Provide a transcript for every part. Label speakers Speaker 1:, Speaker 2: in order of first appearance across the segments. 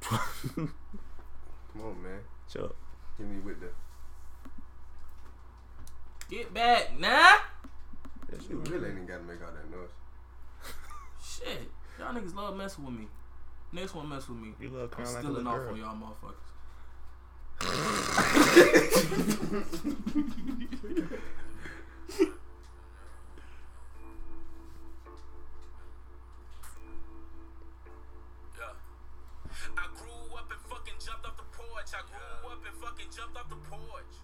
Speaker 1: Come
Speaker 2: on, man.
Speaker 1: Shut up.
Speaker 2: Hit me with the.
Speaker 3: Get back, nah.
Speaker 1: That shit
Speaker 2: You
Speaker 1: was-
Speaker 2: really ain't gotta make all that noise.
Speaker 3: Shit, y'all niggas love messing with me. Next one mess with me.
Speaker 1: You love
Speaker 3: I'm
Speaker 1: crying like a
Speaker 3: stealing
Speaker 1: little
Speaker 3: off
Speaker 1: girl.
Speaker 3: on y'all motherfuckers.
Speaker 4: Yeah. I grew up and fucking jumped off the porch. I grew up and fucking jumped off the porch.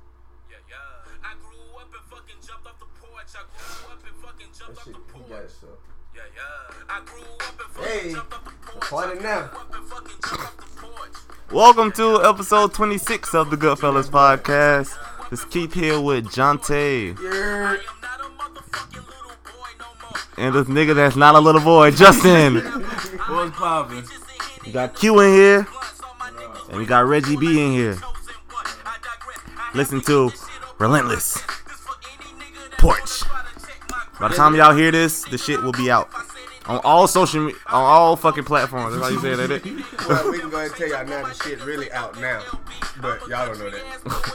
Speaker 4: Yeah, yeah. I grew up and fucking jumped off the porch. I grew up and fucking jumped
Speaker 2: That
Speaker 4: off
Speaker 2: shit,
Speaker 4: the
Speaker 2: he got
Speaker 4: porch.
Speaker 2: it, so.
Speaker 4: Yeah, yeah. I grew up and fucking
Speaker 2: Hey,
Speaker 4: jumped off the porch.
Speaker 2: party
Speaker 4: I
Speaker 2: now.
Speaker 4: grew up and fucking jumped off the porch.
Speaker 1: Welcome to episode 26 of the Goodfellas podcast. It's Keith here with Jonte
Speaker 4: I
Speaker 2: Yeah.
Speaker 4: am not a motherfucking little boy no more.
Speaker 1: and this nigga that's not a little boy, Justin.
Speaker 3: Boys popping.
Speaker 4: Just in
Speaker 1: We got Q in here
Speaker 4: blunts on my niggas.
Speaker 1: and we got Reggie B in here.
Speaker 4: Chosen one. I digress. I
Speaker 1: Listen
Speaker 4: have
Speaker 1: to
Speaker 4: to get this shit up.
Speaker 1: Relentless
Speaker 4: This for any nigga that
Speaker 1: Porch.
Speaker 4: wanna try to check my
Speaker 1: By the time y'all hear this, the shit will be out on all social, me- on all fucking platforms. That's how you say that. It.
Speaker 2: Well, we can go ahead and tell y'all now the shit really out now. But y'all don't know that.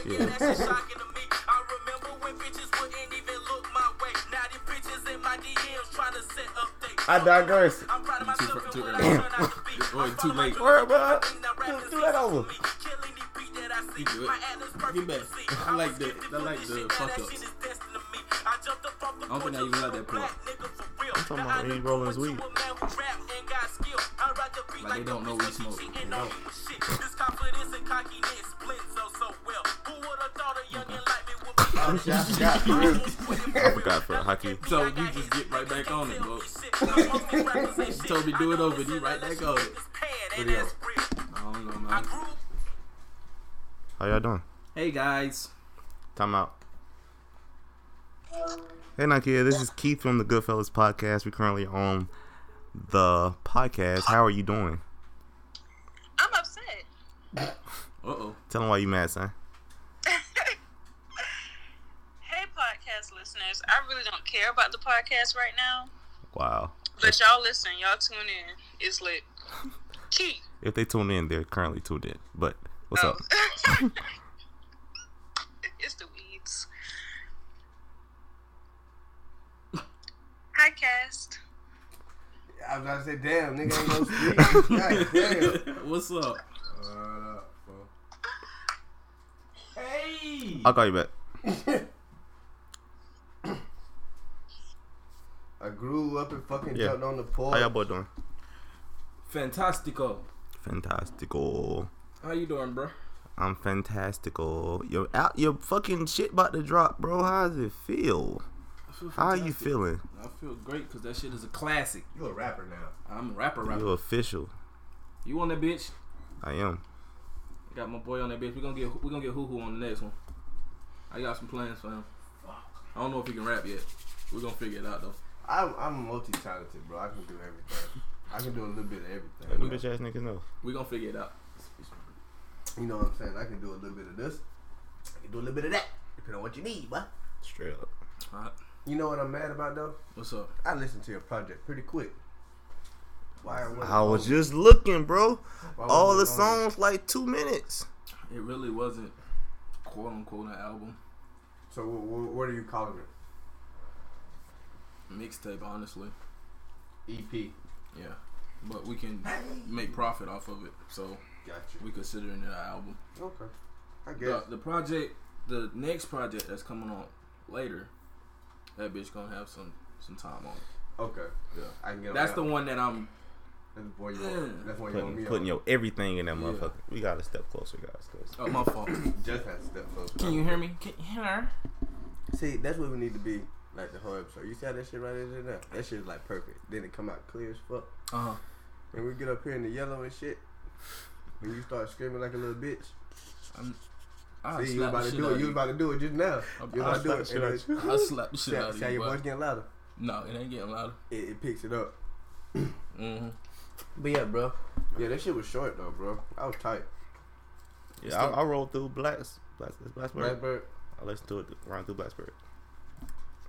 Speaker 4: yeah. I remember when bitches wouldn't even look my way. Now these bitches in my DMs trying to set up dates.
Speaker 2: I digress.
Speaker 4: I'm proud of myself and
Speaker 3: too
Speaker 4: what
Speaker 3: early.
Speaker 4: I turn out to be.
Speaker 3: Wait,
Speaker 4: I'm
Speaker 3: too
Speaker 4: proud of my
Speaker 3: late.
Speaker 4: dreams.
Speaker 1: Word, bro.
Speaker 4: I think that rap
Speaker 1: Do-
Speaker 4: is
Speaker 1: do that
Speaker 4: easy for
Speaker 1: over.
Speaker 4: me. Killing the beat that I see.
Speaker 3: do it.
Speaker 4: My ad is perfect
Speaker 3: Give me
Speaker 4: to
Speaker 3: back.
Speaker 4: see.
Speaker 3: I
Speaker 4: was
Speaker 3: like the-
Speaker 4: gifted
Speaker 3: I
Speaker 4: with
Speaker 3: like
Speaker 4: this
Speaker 3: the
Speaker 4: shit, now
Speaker 3: fuck
Speaker 4: that
Speaker 3: ups.
Speaker 4: shit is destined to me. I jumped up off the
Speaker 3: don't think I
Speaker 4: porch
Speaker 3: even like
Speaker 4: of
Speaker 3: that
Speaker 4: a
Speaker 3: part.
Speaker 4: black nigga for real.
Speaker 1: talking
Speaker 4: Now
Speaker 1: about
Speaker 4: I
Speaker 1: when he
Speaker 4: look
Speaker 1: rolling
Speaker 4: forward
Speaker 1: his
Speaker 4: to
Speaker 1: weed.
Speaker 4: a man who rap and got skill. I rock the beat
Speaker 3: Like, they
Speaker 4: like a
Speaker 3: don't know
Speaker 4: bitch
Speaker 3: we
Speaker 4: when she
Speaker 3: smoke.
Speaker 4: cheating on me. Shit, this confidence and cockiness blend so, so well. Who would've thought a youngin' like me would be on this
Speaker 2: Yeah, yeah, for real.
Speaker 4: I
Speaker 1: forgot for hockey.
Speaker 3: So you just get right back on it, bro.
Speaker 4: You
Speaker 3: told me do it over, you right back on it. I don't know, man.
Speaker 1: How y'all doing?
Speaker 3: Hey guys.
Speaker 1: Time out. Hey, Nakia, this is Keith from the Goodfellas podcast. We're currently on the podcast. How are you doing?
Speaker 5: I'm upset.
Speaker 3: Uh oh.
Speaker 1: Tell them why you mad, son.
Speaker 5: Hey, podcast listeners. I really don't care about the podcast right now,
Speaker 1: Wow.
Speaker 5: but y'all listen. Y'all tune in. It's lit. Key.
Speaker 1: If they tune in, they're currently tuned in. But what's up?
Speaker 5: Oh. it's the weeds. Hi, cast.
Speaker 2: I was about to say, damn, nigga ain't no speak. God damn.
Speaker 3: What's up?
Speaker 2: Uh, well.
Speaker 3: Hey.
Speaker 1: I'll call you back.
Speaker 2: I grew up and fucking
Speaker 1: Yeah.
Speaker 2: jumped on the porch.
Speaker 1: How y'all boy doing?
Speaker 3: Fantastico.
Speaker 1: Fantastical.
Speaker 3: How you doing, bro?
Speaker 1: I'm fantastical. Your out your fucking shit about to drop, bro. How does it feel?
Speaker 3: I feel
Speaker 1: How you
Speaker 3: fantastic.
Speaker 1: feeling?
Speaker 3: I feel great because that shit is a classic.
Speaker 2: You a rapper now.
Speaker 3: I'm a rapper, rapper.
Speaker 1: You official.
Speaker 3: You on that bitch?
Speaker 1: I am.
Speaker 3: I got my boy on that bitch. We gonna get we gonna get Hoo Hoo on the next one. I got some plans for him. I don't know if he can rap yet. We're gonna figure it out though.
Speaker 2: I'm, I'm multi-talented, bro. I can do everything. I can do a little bit of
Speaker 1: Let them
Speaker 2: everything.
Speaker 1: bitch ass niggas know.
Speaker 3: We're gonna figure it out.
Speaker 2: You know what I'm saying? I can do a little bit of this. I can do a little bit of that. Depending on what you need, but
Speaker 1: Straight up.
Speaker 3: Alright.
Speaker 2: You know what I'm mad about though?
Speaker 3: What's up?
Speaker 2: I listened to your project pretty quick. Why? wasn't
Speaker 1: I was
Speaker 2: on-
Speaker 1: just looking, bro.
Speaker 2: why
Speaker 1: All the
Speaker 2: wasn't it on-
Speaker 1: songs like two minutes.
Speaker 3: It really wasn't quote unquote an album.
Speaker 2: So wh- wh- what are you calling it?
Speaker 3: Mixtape, honestly.
Speaker 2: EP.
Speaker 3: Yeah. But we can make profit off of it. So
Speaker 2: Gotcha.
Speaker 3: we considering it an album.
Speaker 2: Okay. I guess.
Speaker 3: The, the project the next project that's coming on later, that bitch gonna have some some time on. it.
Speaker 2: Okay.
Speaker 3: Yeah.
Speaker 2: I can get.
Speaker 3: That's
Speaker 2: on
Speaker 3: the
Speaker 2: that.
Speaker 3: one that I'm
Speaker 2: That's the one you want. That's the one you want
Speaker 1: Putting,
Speaker 2: me
Speaker 1: putting
Speaker 2: on.
Speaker 1: your everything in that
Speaker 3: Yeah.
Speaker 1: motherfucker. We gotta step closer, guys. 'cause-
Speaker 3: oh my fault.
Speaker 2: Just had to step close.
Speaker 3: Can you hear me? Can you hear her?
Speaker 2: See, that's what we need to be like the whole episode. You see how that shit right there now? That shit is like perfect. Then it come out clear as fuck.
Speaker 3: Uh-huh.
Speaker 2: And we get up here in the yellow and shit. When you start screaming like a little bitch,
Speaker 3: I
Speaker 2: see you about to do it. You about to do it just now.
Speaker 3: I'm-
Speaker 2: You
Speaker 3: I'll
Speaker 2: about to do it.
Speaker 1: slap the
Speaker 2: And
Speaker 1: shit
Speaker 2: then-
Speaker 3: I slapped the
Speaker 2: See
Speaker 3: shit
Speaker 2: how
Speaker 3: out
Speaker 2: see
Speaker 3: of
Speaker 2: how
Speaker 3: you.
Speaker 2: your
Speaker 3: bro.
Speaker 2: voice getting louder?
Speaker 3: No, it ain't getting louder.
Speaker 2: It, it picks it up.
Speaker 3: hmm
Speaker 2: But yeah, bro. Yeah, that shit was short though, bro. I was tight.
Speaker 1: Yeah, I, I rolled through Blacks. Blacks it's Blacksburg.
Speaker 2: Blackbird.
Speaker 1: I listened to it around through Blacksburg.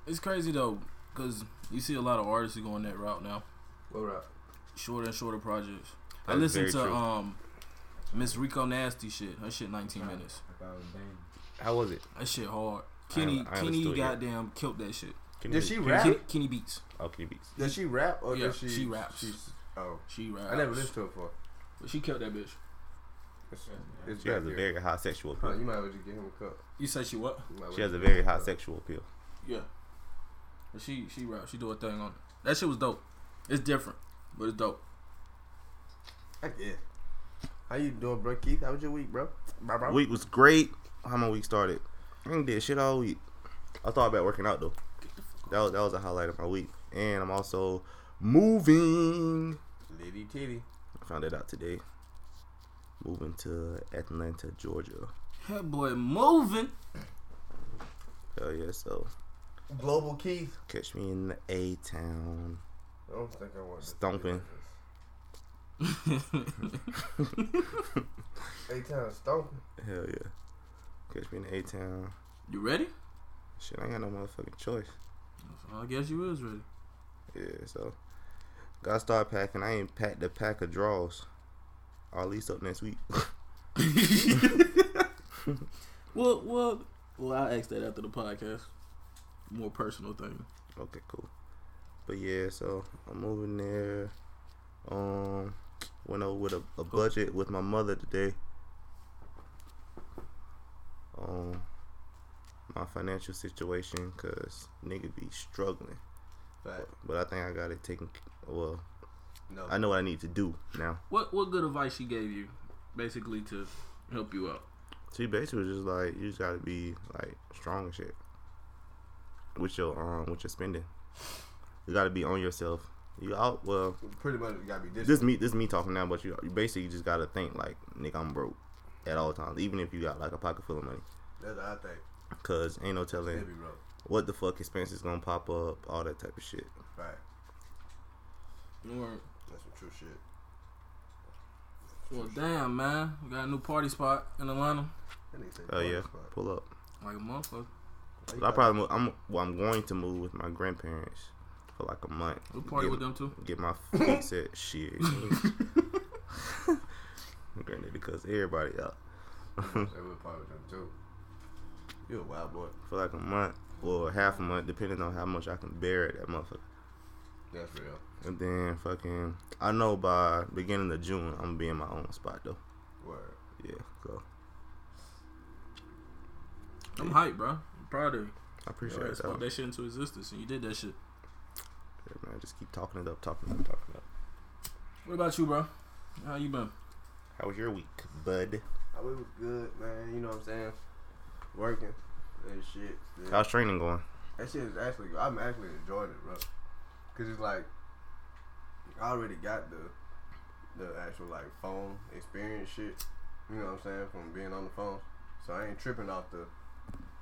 Speaker 3: It's crazy though, cause you see a lot of artists who going that route now.
Speaker 2: What up?
Speaker 3: Shorter and shorter projects. I
Speaker 1: That's
Speaker 3: listened
Speaker 1: very
Speaker 3: to
Speaker 1: true.
Speaker 3: um
Speaker 4: Miss Rico Nasty shit. Her shit 19 minutes.
Speaker 1: How was it?
Speaker 4: That shit hard. Kenny,
Speaker 1: I
Speaker 4: Kenny
Speaker 1: understood it.
Speaker 4: goddamn killed that shit.
Speaker 1: Can
Speaker 2: Did
Speaker 1: you-
Speaker 2: she
Speaker 1: can-
Speaker 2: rap?
Speaker 4: Kenny, Kenny Beats.
Speaker 1: Oh, Kenny Beats.
Speaker 2: Does she rap or
Speaker 4: Yeah,
Speaker 2: does she?
Speaker 4: she raps.
Speaker 2: she's- oh,
Speaker 4: She rap.
Speaker 2: I never listened to her before.
Speaker 4: But she killed that bitch.
Speaker 2: It's, it's
Speaker 1: She has a
Speaker 2: back here.
Speaker 1: very high sexual
Speaker 2: Huh,
Speaker 1: appeal.
Speaker 2: you might as well just give him a cup.
Speaker 4: You said she what?
Speaker 2: You might as
Speaker 1: She
Speaker 2: well
Speaker 1: has a
Speaker 2: just
Speaker 1: very
Speaker 2: give him
Speaker 1: high
Speaker 2: cup.
Speaker 1: sexual appeal.
Speaker 4: Yeah. But she she rap. She do a thing on it. That shit was dope. It's different, but it's dope.
Speaker 2: I guess. How you doing, bro? Keith, how was your week, bro? Bye, bro.
Speaker 1: Week was great. How my week started? I ain't did shit all week. I thought about working out though. That was that was a highlight of my week. And I'm also moving.
Speaker 2: Liddy titty.
Speaker 1: I found that out today. Moving to Atlanta, Georgia.
Speaker 4: That boy moving.
Speaker 1: Hell yeah! So
Speaker 2: Global Keith.
Speaker 1: catch me in the A town.
Speaker 2: I don't think I want to.
Speaker 1: Stomping.
Speaker 2: Eight times stomping.
Speaker 1: Hell yeah! Catch me in the A town.
Speaker 4: you ready?
Speaker 1: Shit, I ain't got no motherfucking choice.
Speaker 4: I guess you is ready.
Speaker 1: Yeah, so gotta start packing. I ain't packed a pack of draws. Or at least up next week.
Speaker 4: well, well, well. I'll ask that after the podcast. More personal thing.
Speaker 1: okay, cool. But yeah, so I'm moving there. Um, went over with a, a budget with my mother today. Um, my financial situation, cause nigga be struggling.
Speaker 2: Fact.
Speaker 1: But I think I got it taken. Well,
Speaker 2: No.
Speaker 1: I know what I need to do now.
Speaker 4: What what good advice she gave you, basically to help you out?
Speaker 1: She basically was just like, you just gotta be like strong and shit with your um with your spending. You gotta be on yourself. You out well.
Speaker 2: Pretty much you gotta be
Speaker 1: This
Speaker 2: disciplined.
Speaker 1: me this me talking now, but you, you basically just gotta think like, nigga, I'm broke at all times, even if you got like a pocket full of money,
Speaker 2: That's what I think.
Speaker 1: cause ain't no
Speaker 2: Maybe
Speaker 1: telling
Speaker 2: wrong.
Speaker 1: what the fuck expenses gonna pop up, all that type of shit.
Speaker 2: Right.
Speaker 4: Or,
Speaker 2: That's some true shit.
Speaker 4: well, damn man, we got a new party spot in Atlanta.
Speaker 2: That nigga said
Speaker 1: Oh yeah,
Speaker 2: party spot.
Speaker 1: pull up.
Speaker 4: Like a motherfucker.
Speaker 2: Why you
Speaker 1: But I
Speaker 2: got-
Speaker 1: probably move, I'm well, I'm going to move with my grandparents for like a month.
Speaker 4: We party
Speaker 1: Get-
Speaker 4: with them too.
Speaker 1: get my feet set. Shit. Granted, because everybody out
Speaker 2: They would probably with them too. You a wild boy.
Speaker 1: for like a month or half a month, depending on how much I can bear at that motherfucker.
Speaker 2: That's real.
Speaker 1: And then fucking, I know by beginning of June I'm gonna be in my own spot though.
Speaker 2: Word.
Speaker 1: Yeah, so
Speaker 4: I'm hyped, bro. I'm proud of you.
Speaker 1: I
Speaker 4: Your
Speaker 1: appreciate
Speaker 4: ass
Speaker 1: that.
Speaker 4: spoke that shit into existence, and you did that shit.
Speaker 1: Yeah, man, just keep talking it up, talking it up, talking it up.
Speaker 4: What about you, bro? How you been?
Speaker 1: How was your week, bud?
Speaker 2: I Oh, was good, man. You know what I'm saying? Working and shit. Yeah.
Speaker 1: How's training going?
Speaker 2: That shit is actually, I'm actually enjoying it, bro. Cause it's like, I already got the, the actual like phone experience shit. You know what I'm saying from being on the phone, so I ain't tripping off the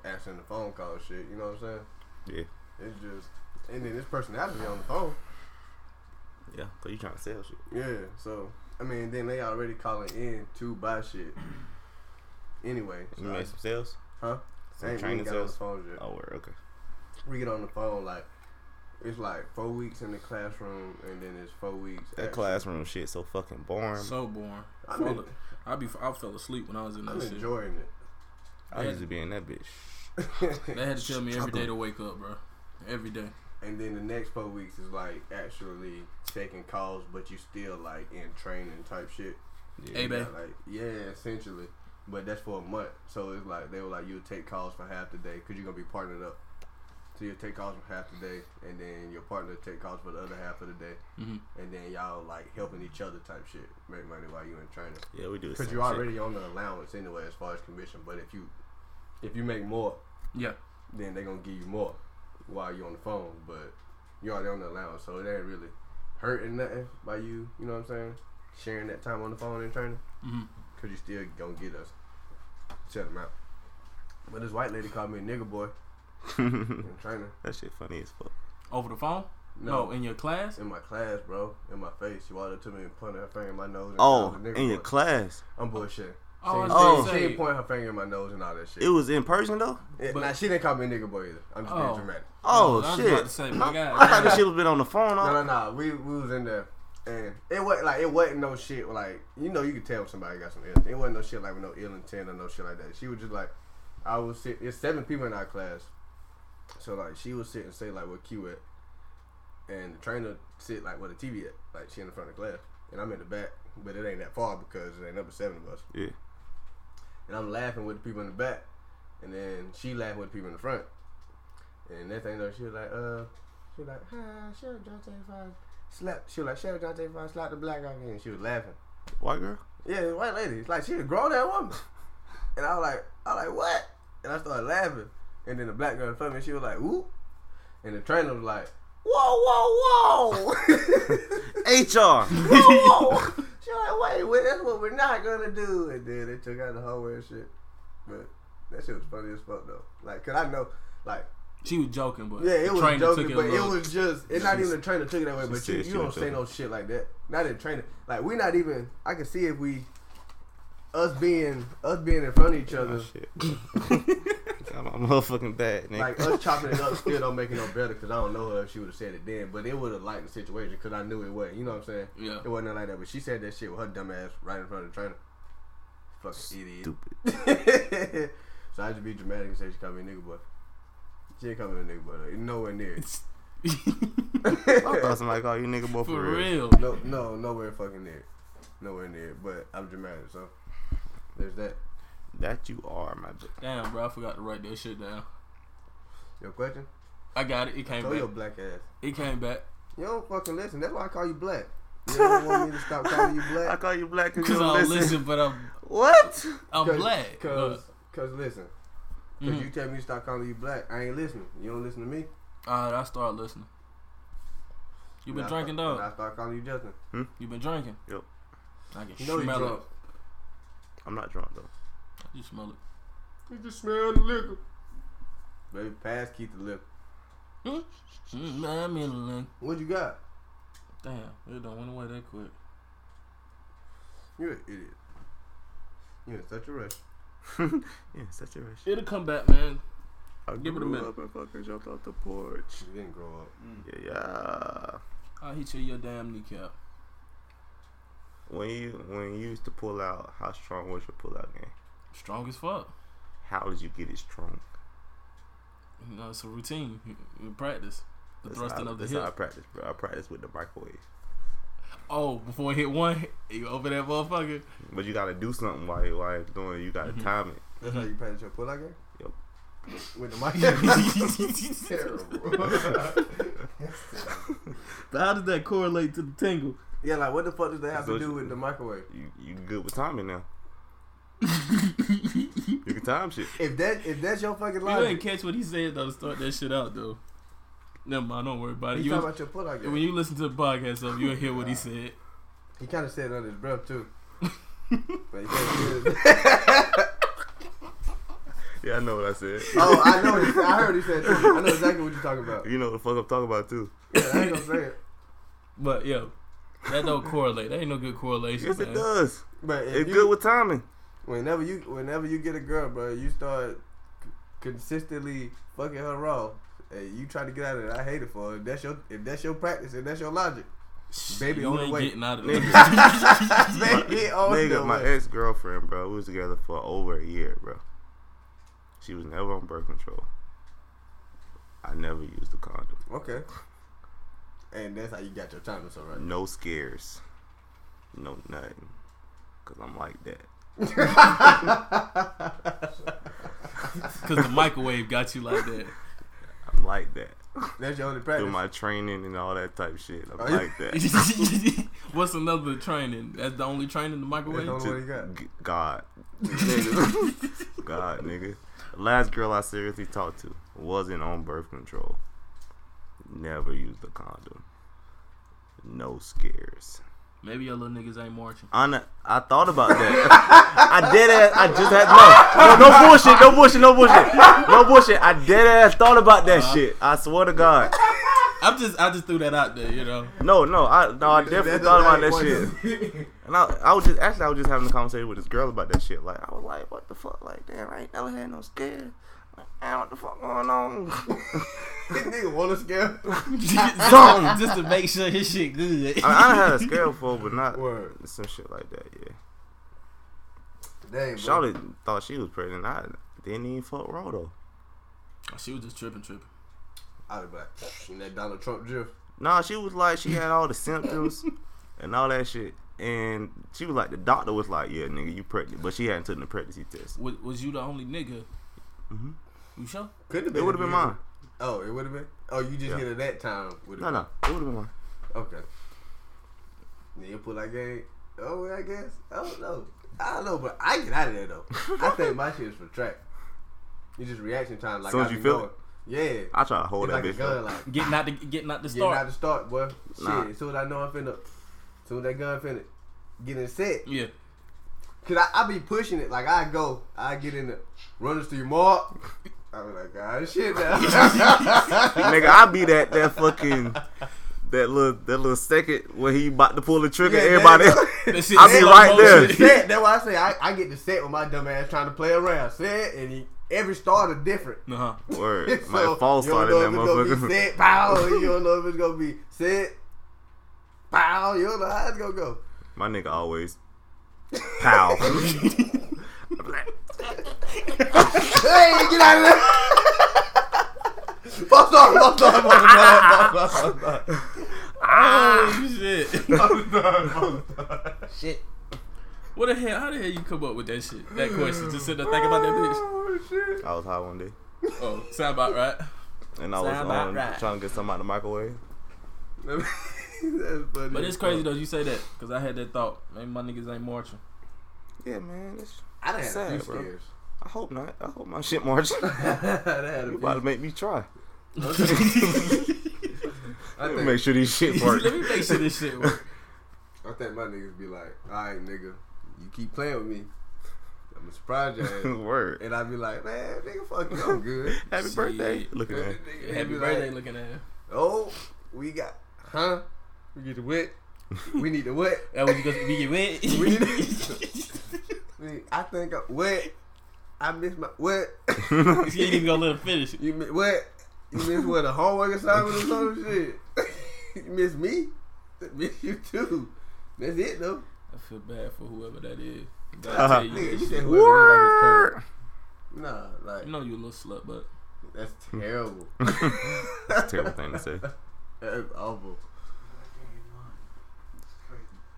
Speaker 2: answering the phone call shit. You know what I'm saying?
Speaker 1: Yeah.
Speaker 2: It's just, and then this personality on the phone.
Speaker 1: Yeah, cause you trying to sell shit.
Speaker 2: Yeah. So I mean, then they already calling in to buy shit. Anyway, so
Speaker 1: You
Speaker 2: I-
Speaker 1: made some sales?
Speaker 2: huh?
Speaker 1: Some
Speaker 2: Ain't really
Speaker 1: training
Speaker 2: got on the
Speaker 1: sales?
Speaker 2: phone yet.
Speaker 1: Oh, word, okay.
Speaker 2: we get on the phone like it's like four weeks in the classroom and then it's four weeks
Speaker 1: That
Speaker 2: actually-
Speaker 1: classroom shit so fucking boring.
Speaker 4: So boring.
Speaker 2: I'm
Speaker 4: Fall-
Speaker 2: in-
Speaker 4: I be I fell asleep when I was in that
Speaker 2: I'm
Speaker 4: shit.
Speaker 2: enjoying
Speaker 1: I used to be in that bitch.
Speaker 4: They
Speaker 2: it
Speaker 4: had to tell me every day to wake up, bro. Every day.
Speaker 2: and then the next four weeks is like actually taking calls but you still like in training type shit
Speaker 4: Hey, babe.
Speaker 2: like yeah essentially but that's for a month so it's like they were like you'll take calls for half the day because you're gonna be partnered up so you'll take calls for half the day and then your partner take calls for the other half of the day
Speaker 4: Mhm.
Speaker 2: and then y'all like helping each other type shit make money while you in training
Speaker 1: Yeah, we do. the
Speaker 2: Because
Speaker 1: same
Speaker 2: you're
Speaker 1: shit.
Speaker 2: already on the allowance anyway, as far as commission. But if you if you make more,
Speaker 4: Yeah.
Speaker 2: then they're gonna give you more while you're on the phone. But you're already on the allowance, so it ain't really hurting nothing by you. You know what I'm saying? Sharing that time on the phone and training,
Speaker 4: Mhm.
Speaker 2: because you still gonna get us. Shut them out. But this white lady called me a nigga boy in training.
Speaker 1: that shit funny as fuck.
Speaker 4: Over the phone? No, in your class?
Speaker 2: in my class, bro, in my face. She walked up to me and pointed her finger in my nose. And
Speaker 1: Oh,
Speaker 2: called me a nigga
Speaker 1: in your
Speaker 2: boy.
Speaker 1: class,
Speaker 2: I'm bullshit.
Speaker 4: Oh, I
Speaker 2: she,
Speaker 4: was
Speaker 1: gonna
Speaker 2: she,
Speaker 4: say-
Speaker 2: didn't point her finger in my nose and all that shit.
Speaker 1: it was in person though.
Speaker 2: Yeah,
Speaker 4: But-
Speaker 2: nah, she didn't call me a nigga boy either. I'm just
Speaker 4: Oh.
Speaker 2: being dramatic.
Speaker 1: Oh
Speaker 4: I was
Speaker 1: shit!
Speaker 4: about to say, my
Speaker 1: I
Speaker 4: God.
Speaker 1: thought this shit was been on the phone.
Speaker 2: No,
Speaker 1: all-
Speaker 2: no, no. We we was in there. And it wasn't like it wasn't no shit like you know you could tell somebody got some ill. It wasn't no shit like with no ill intent or no shit like that. She was just like, I was sit. It's seven people in our class, so like she would sit and say like where Q at, and the trainer sit like where the TV at. Like she in the front of the class, and I'm in the back, but it ain't that far because it ain't number seven of us.
Speaker 1: Yeah.
Speaker 2: And I'm laughing with the people in the back, and then she laughing with the people in the front. And next thing you know, she was like, uh, she was like, ah, Shadow John Taylor Five slap. She was like, Shadow John Taylor Five slapped the black guy again. She was laughing.
Speaker 1: White girl?
Speaker 2: Yeah, the white lady. It's like she a grown ass woman. And I was like, I was like, what? And I started laughing. And then the black girl in front of me, she was like, ooh. And the trainer was like, whoa, whoa, whoa. whoa,
Speaker 1: HR.
Speaker 2: whoa. She was like, wait, wait, that's what we're not gonna do. And then they took out the hallway and shit. But that shit was funny as fuck though. Like, cause I know, like,
Speaker 4: She was joking, but
Speaker 2: yeah, it
Speaker 4: the
Speaker 2: was
Speaker 4: trainer
Speaker 2: joking,
Speaker 4: took
Speaker 2: but it
Speaker 4: a little-
Speaker 2: was just it's not even the trainer took it that way. But
Speaker 1: said
Speaker 2: you,
Speaker 1: she
Speaker 2: you don't
Speaker 1: was
Speaker 2: say no shit like that. Not in trainer. Like we're not even. I can see if we, us being us being in front of each other,
Speaker 1: Shit. I'm, I'm motherfucking bad, nigga.
Speaker 2: like
Speaker 4: uh,
Speaker 2: us chopping it up, still don't make it no better. Cause I don't know her if she would have said it then, but it would have lightened the situation. Cause I knew it wasn't. You know what I'm saying?
Speaker 4: Yeah.
Speaker 2: It wasn't nothing like that. But she said that shit with her dumb ass right in front of the trainer. Fucking idiot.
Speaker 1: Stupid.
Speaker 2: so I just be dramatic and say she called me a nigga boy. She ain't called me a nigga boy. Though. Nowhere near. it.
Speaker 1: I thought somebody called you nigga boy for,
Speaker 4: For
Speaker 1: real.
Speaker 4: real.
Speaker 2: No, no, nowhere fucking near. it. Nowhere near. it, But I'm dramatic, so there's that.
Speaker 1: That you are, my bitch.
Speaker 4: Damn, bro, I forgot to write that shit down.
Speaker 2: Your question?
Speaker 4: I got it. It came
Speaker 2: Throw
Speaker 4: back.
Speaker 2: your black ass.
Speaker 4: It came back.
Speaker 2: You don't fucking listen. That's why I call you black. You don't want me to stop calling you
Speaker 1: I
Speaker 2: black.
Speaker 1: call you black because you
Speaker 4: Cause I
Speaker 1: don't
Speaker 4: don't
Speaker 1: listen.
Speaker 4: listen, but I'm
Speaker 1: What?
Speaker 4: I'm black.
Speaker 2: Cause,
Speaker 4: Look,
Speaker 2: cause listen. Cause
Speaker 4: Mhm.
Speaker 2: you tell me to stop calling you black, I ain't listening. You don't listen to me.
Speaker 4: Alright, I start listening. You been
Speaker 2: Then I
Speaker 4: drinking,
Speaker 2: start-
Speaker 4: dog.
Speaker 2: then I start calling you Justin.
Speaker 4: You been drinking.
Speaker 1: Yep.
Speaker 4: I can
Speaker 2: You know you
Speaker 4: smell
Speaker 2: drunk.
Speaker 4: it.
Speaker 1: I'm not drunk though.
Speaker 4: You smell it.
Speaker 2: You just smell the liquor. Baby, pass Keith the liquor.
Speaker 4: Mm, I mean,
Speaker 2: What you got?
Speaker 4: damn, it don't went away that quick.
Speaker 2: You're an idiot. You're in such a rush.
Speaker 1: yeah, such a rush.
Speaker 4: It'll come back, man.
Speaker 1: I
Speaker 4: Give it a
Speaker 1: grew
Speaker 4: minute.
Speaker 1: up and fucking jumped off the porch.
Speaker 2: You didn't grow up.
Speaker 1: Yeah, yeah.
Speaker 4: I'll hit you in your damn kneecap.
Speaker 1: When you when you used to pull out, how strong was your pull out game?
Speaker 4: Strong as fuck.
Speaker 1: How did you get it strong?
Speaker 4: You know, it's a routine. You practice. The
Speaker 1: That's
Speaker 4: thrusting
Speaker 1: how,
Speaker 4: of the
Speaker 1: that's how I
Speaker 4: hip.
Speaker 1: practice, bro. I practice with the microwave.
Speaker 4: Oh, before it hit one, you open that motherfucker.
Speaker 1: But you gotta do something while you while you're doing it. You gotta
Speaker 4: Mm-hmm.
Speaker 1: time it.
Speaker 2: That's how you practice your pull-out game?
Speaker 1: Yep.
Speaker 2: With the mic? terrible.
Speaker 4: But How does that correlate to the tingle?
Speaker 2: yeah, like, what the fuck does that have
Speaker 1: So
Speaker 2: to do
Speaker 1: you-
Speaker 2: with the microwave?
Speaker 1: You you good with timing now. You can time shit.
Speaker 2: If that if that's your fucking
Speaker 4: You didn't
Speaker 2: logic,
Speaker 4: catch what he said though. to Start that shit out though. Never mind. Don't worry about it.
Speaker 2: you
Speaker 4: You
Speaker 2: talking about your pull-out game.
Speaker 4: when you listen to the podcast, though, you'll hear what he said.
Speaker 2: he kind of said it under his breath, too. But he can't do it.
Speaker 1: Yeah, I know what I said.
Speaker 2: oh, I know. What he said. I heard what he said, too. I know exactly what you're talking about.
Speaker 1: You know what the fuck I'm talking about too.
Speaker 2: Yeah, I ain't gonna say it.
Speaker 4: But yeah, that don't correlate. That ain't no good correlation.
Speaker 1: Yes, it
Speaker 4: man.
Speaker 1: does.
Speaker 2: But if
Speaker 1: It's
Speaker 2: you,
Speaker 1: good with timing.
Speaker 2: whenever you whenever you get a girl, bro, you start c- consistently fucking her raw, and you try to get out of it. I hate it for her. If that's your if that's your practice and that's your logic, baby,
Speaker 4: You
Speaker 2: on the
Speaker 4: ain't
Speaker 2: way.
Speaker 4: getting out of
Speaker 1: Nigga.
Speaker 4: there.
Speaker 2: baby, on the
Speaker 1: Nigga, my
Speaker 2: way.
Speaker 1: ex girlfriend, bro, we was together for over a year, bro. She was never on birth control. I never used a condom.
Speaker 2: Okay. And that's how you got your timing so right.
Speaker 1: No scares. No nothing. Cause I'm like that.
Speaker 4: Because the microwave got you like that.
Speaker 1: I'm like that.
Speaker 2: That's your only
Speaker 1: Through
Speaker 2: practice.
Speaker 1: my training and all that type shit. I'm
Speaker 2: Are Oh, you-
Speaker 1: like that.
Speaker 4: What's another training? That's the only training the microwave.
Speaker 2: That's the What do you
Speaker 1: To
Speaker 2: got?
Speaker 1: g- God. Nigga. God, nigga. Last girl I seriously talked to wasn't on birth control. Never used a condom. No scares.
Speaker 4: Maybe your little niggas ain't marching.
Speaker 1: Anna, I thought about that. I dead ass. I just had no, no, no bullshit, no bullshit, no bullshit, no bullshit. I dead ass thought about that shit. I swear to God.
Speaker 4: I'm just, I just threw that out there, you know.
Speaker 1: No, no, I no, I definitely
Speaker 2: That's
Speaker 1: thought about
Speaker 2: how
Speaker 1: that
Speaker 2: it
Speaker 1: shit.
Speaker 2: was.
Speaker 1: And I, I was just actually I was just having a conversation with this girl about that shit. Like I was like, what the fuck? Like damn, I ain't never had no scare. Man, what the fuck going on?
Speaker 2: This nigga wanna scare.
Speaker 1: Something.
Speaker 4: just to make sure his shit good.
Speaker 1: I, mean, I done had a scale for, but not
Speaker 2: Word.
Speaker 1: some shit like that. Yeah.
Speaker 2: Dang, bro.
Speaker 1: Charlotte thought she was pregnant. I didn't even fuck Roto.
Speaker 4: Oh,
Speaker 3: She was just tripping, tripping.
Speaker 2: I was like, in that Donald Trump drift.
Speaker 1: Nah, she was like she had all the symptoms and all that shit, and she was like the doctor was like, "Yeah, nigga, you pregnant," but she hadn't taken the pregnancy test.
Speaker 3: Was, was you the only nigga?
Speaker 1: Mhm.
Speaker 3: You sure?
Speaker 2: Could have
Speaker 1: It would have been mine.
Speaker 2: Oh, it would have been. Oh, you just
Speaker 1: Yeah.
Speaker 2: hit it that time. With
Speaker 1: No, no, it would have been mine.
Speaker 2: Okay. Then you put that game. Oh, I guess. I don't know. I don't know, but I get out of there though. I think my shit is for track. It's just reaction time. Like
Speaker 1: Soon
Speaker 2: I
Speaker 1: as you
Speaker 2: be
Speaker 1: feel
Speaker 2: going. Yeah.
Speaker 1: I try to hold
Speaker 2: It's
Speaker 1: that
Speaker 2: like a
Speaker 1: bitch
Speaker 2: gun.
Speaker 1: up.
Speaker 2: Like
Speaker 4: Getting out the getting out the
Speaker 2: getting out
Speaker 4: start.
Speaker 2: the start, boy.
Speaker 1: Nah.
Speaker 2: Shit. As soon as I know I'm finna, as soon as that gun finna, getting set.
Speaker 3: Yeah.
Speaker 2: Cause I, I be pushing it. Like I go, I get in the runners through mark. I be like, ah, shit now.
Speaker 1: nigga, I be that that fucking that little that little second where he about to pull the trigger.
Speaker 2: Yeah,
Speaker 1: everybody,
Speaker 2: there you go.
Speaker 3: That shit
Speaker 1: I be
Speaker 3: slow
Speaker 1: right
Speaker 3: motion.
Speaker 1: there.
Speaker 2: set. That's why I say I, I get the set with my dumb ass trying to play around. Set and he, every starter different.
Speaker 3: Uh-huh.
Speaker 1: word,
Speaker 2: So,
Speaker 1: my false
Speaker 2: you don't
Speaker 1: start in
Speaker 2: know if
Speaker 1: that
Speaker 2: it's gonna be
Speaker 1: motherfucker.
Speaker 2: Set pow. You don't know if it's gonna be set pow. You don't know how it's gonna go.
Speaker 1: My nigga always pow.
Speaker 2: hey, get out of there. Fuck star, fuck star, fuck star, fuck star, fuck star.
Speaker 3: Ah, shit.
Speaker 4: Shit.
Speaker 3: What the hell? How the hell you come up with that shit? That question. Just sitting there thinking about that bitch.
Speaker 2: Oh shit.
Speaker 1: I was high one day,
Speaker 3: Oh, sound about right.
Speaker 1: and I was
Speaker 4: Sound about
Speaker 1: um,
Speaker 4: right.
Speaker 1: trying to get something out of the microwave.
Speaker 2: That's funny.
Speaker 3: But it's crazy though you say that because I had that thought. Maybe my niggas ain't marching.
Speaker 1: Yeah, man. It's,
Speaker 2: I done had a
Speaker 1: Sad,
Speaker 2: few
Speaker 1: bro.
Speaker 2: scares.
Speaker 1: I hope not. I hope my shit marches.
Speaker 2: I done had
Speaker 1: You about to
Speaker 2: a
Speaker 1: make me try.
Speaker 2: few. I
Speaker 1: Let
Speaker 2: think-
Speaker 1: me make sure these shit work.
Speaker 3: Let me make sure this shit work.
Speaker 2: I think my niggas be like, all right, nigga, you keep playing with me. I'm gonna surprise your ass.
Speaker 1: Word.
Speaker 2: and I be like, man, nigga, fuck you, I'm good.
Speaker 1: Happy
Speaker 3: Shit.
Speaker 1: birthday. Look at that.
Speaker 2: Nigga
Speaker 3: Happy
Speaker 2: be
Speaker 3: birthday,
Speaker 2: Like,
Speaker 3: looking at him.
Speaker 2: oh, we got, huh? We get the wet. We need the wet.
Speaker 4: That when you go we get wet.
Speaker 2: We need the- I think I'm wet. I miss my wet.
Speaker 4: You ain't even gonna let him finish.
Speaker 2: You miss wet. You miss what a homework assignment or some shit. you miss me. Miss you too. That's it though.
Speaker 3: I feel bad for whoever that is. God
Speaker 1: Uh-huh.
Speaker 3: tell you,
Speaker 2: Nigga,
Speaker 3: that
Speaker 2: you
Speaker 3: shit.
Speaker 2: said whoever
Speaker 1: Word.
Speaker 2: like Nah, like
Speaker 3: You know you a little slut, but
Speaker 2: That's terrible.
Speaker 1: That's a terrible thing to say.
Speaker 2: That's awful.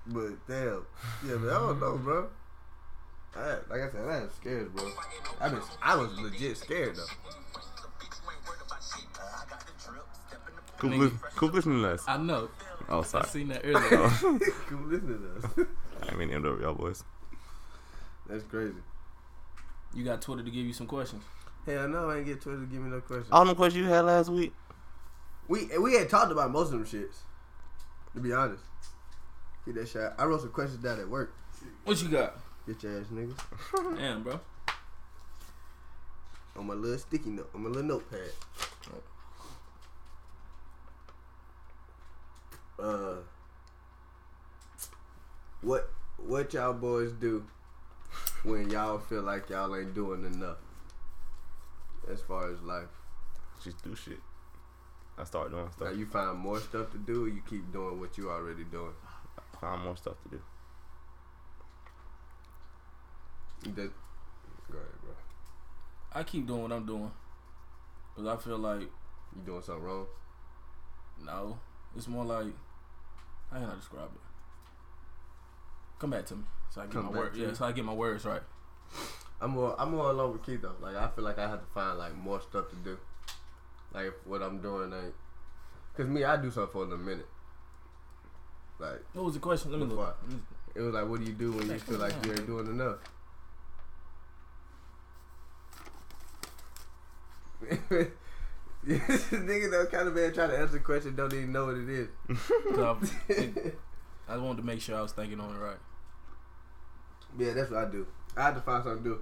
Speaker 2: But damn, yeah, but I don't know, bro. I, had- like I said, I had scared, bro. I been, I was legit scared though.
Speaker 1: Cool, listen, cool listening to us.
Speaker 3: I know.
Speaker 1: Oh,
Speaker 3: I
Speaker 1: sorry.
Speaker 3: seen that earlier.
Speaker 2: Cool, listen to us.
Speaker 1: I mean, end up with y'all boys.
Speaker 2: That's crazy.
Speaker 3: You got Twitter to give you some questions.
Speaker 2: Hell no, I ain't get Twitter to give me no questions.
Speaker 1: All them questions you had last week.
Speaker 2: Uh, We we had talked about most of them shits. To be honest, get that shot. I wrote some questions down at work.
Speaker 3: What you got?
Speaker 2: Get your ass niggas
Speaker 3: Damn, bro.
Speaker 2: on my little sticky note, on my little notepad. Uh, what what y'all boys do when y'all feel like y'all ain't doing enough as far as life?
Speaker 1: Just do shit. I start doing stuff.
Speaker 2: Like you find more stuff to do, or you keep doing what you already doing.
Speaker 1: Find more stuff to do.
Speaker 2: You just- go ahead, bro.
Speaker 3: I keep doing what I'm doing because I feel like
Speaker 2: You doing something wrong?
Speaker 3: no, it's more like how can I describe it? Come back to me so I get
Speaker 2: Come
Speaker 3: my
Speaker 2: back
Speaker 3: words.
Speaker 2: to
Speaker 3: Yeah,
Speaker 2: you.
Speaker 3: so I get my words right.
Speaker 2: I'm more I'm more along with Keith though. Like I feel like I have to find like more stuff to do. Like if what I'm doing ain't. Cause me, I do something for a little minute. Like
Speaker 3: What was the question? Let me
Speaker 2: Look
Speaker 3: look.
Speaker 2: what? it was like, what do you do when you feel like you ain't doing enough? this nigga that kind of man trying to answer a question don't even know what it is.
Speaker 3: 'Cause I, I wanted to make sure I was thinking on it right.
Speaker 2: Yeah, that's what I do. I have to find something to do.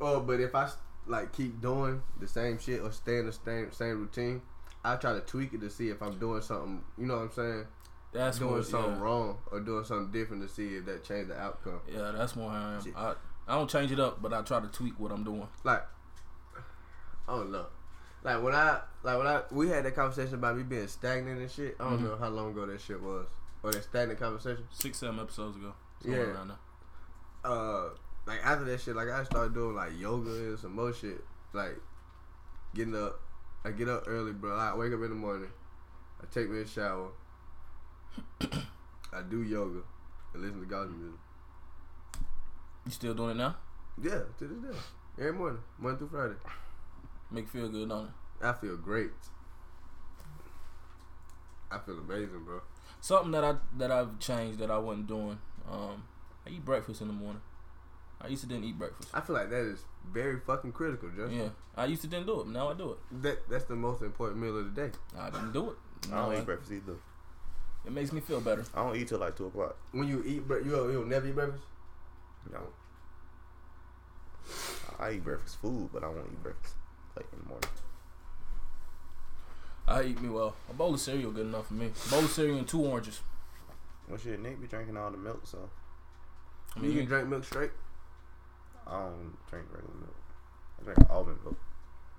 Speaker 2: Oh, but if I like keep doing the same shit or stay in the same same routine, I try to tweak it to see if I'm doing something. You know what I'm saying?
Speaker 3: That's
Speaker 2: doing
Speaker 3: what,
Speaker 2: something
Speaker 3: yeah.
Speaker 2: wrong or doing something different to see if that changed the outcome.
Speaker 3: Yeah, that's more how I am.
Speaker 2: Shit.
Speaker 3: I, I don't change it up, but I try to tweak what I'm doing.
Speaker 2: Like, I don't know. Like when I like when I we had that conversation about me being stagnant and shit. I don't
Speaker 3: Mm-hmm.
Speaker 4: Mhm.
Speaker 2: know how long ago that shit was. Or that stagnant conversation.
Speaker 4: Six, seven episodes ago.
Speaker 2: Yeah.
Speaker 4: Somewhere around there.
Speaker 2: Uh, like after that shit, like I started doing like yoga and some more shit. Like getting up, I get up early, bro. I wake up in the morning. I take me a shower. I do yoga and listen to gospel music.
Speaker 4: You still doing it now?
Speaker 2: Yeah, to this day, every morning, Monday through Friday.
Speaker 4: Make you feel good, don't it?
Speaker 2: I feel great. I feel amazing, bro.
Speaker 4: Something that I that I've changed that I wasn't doing. Um, I eat breakfast in the morning. I used to didn't eat breakfast.
Speaker 2: I feel like that is very fucking critical, Justin.
Speaker 4: Yeah, I used to didn't do it. Now I do it.
Speaker 2: That that's the most important meal of the day.
Speaker 4: I didn't do it.
Speaker 1: I
Speaker 4: Now
Speaker 1: don't
Speaker 4: I-
Speaker 1: eat breakfast either.
Speaker 4: it makes me feel better.
Speaker 1: I don't eat till like two o'clock.
Speaker 2: When you eat, bre- you don't- you don't never eat breakfast.
Speaker 1: No. I eat breakfast food, but I won't eat breakfast late in the morning.
Speaker 4: I eat me well. A bowl of cereal good enough for me. A bowl of cereal and two oranges.
Speaker 1: Well, shit, Nick be drinking all the milk, so
Speaker 4: I
Speaker 2: you
Speaker 4: mean,
Speaker 2: can drink milk straight.
Speaker 1: I don't drink regular milk. I drink almond milk.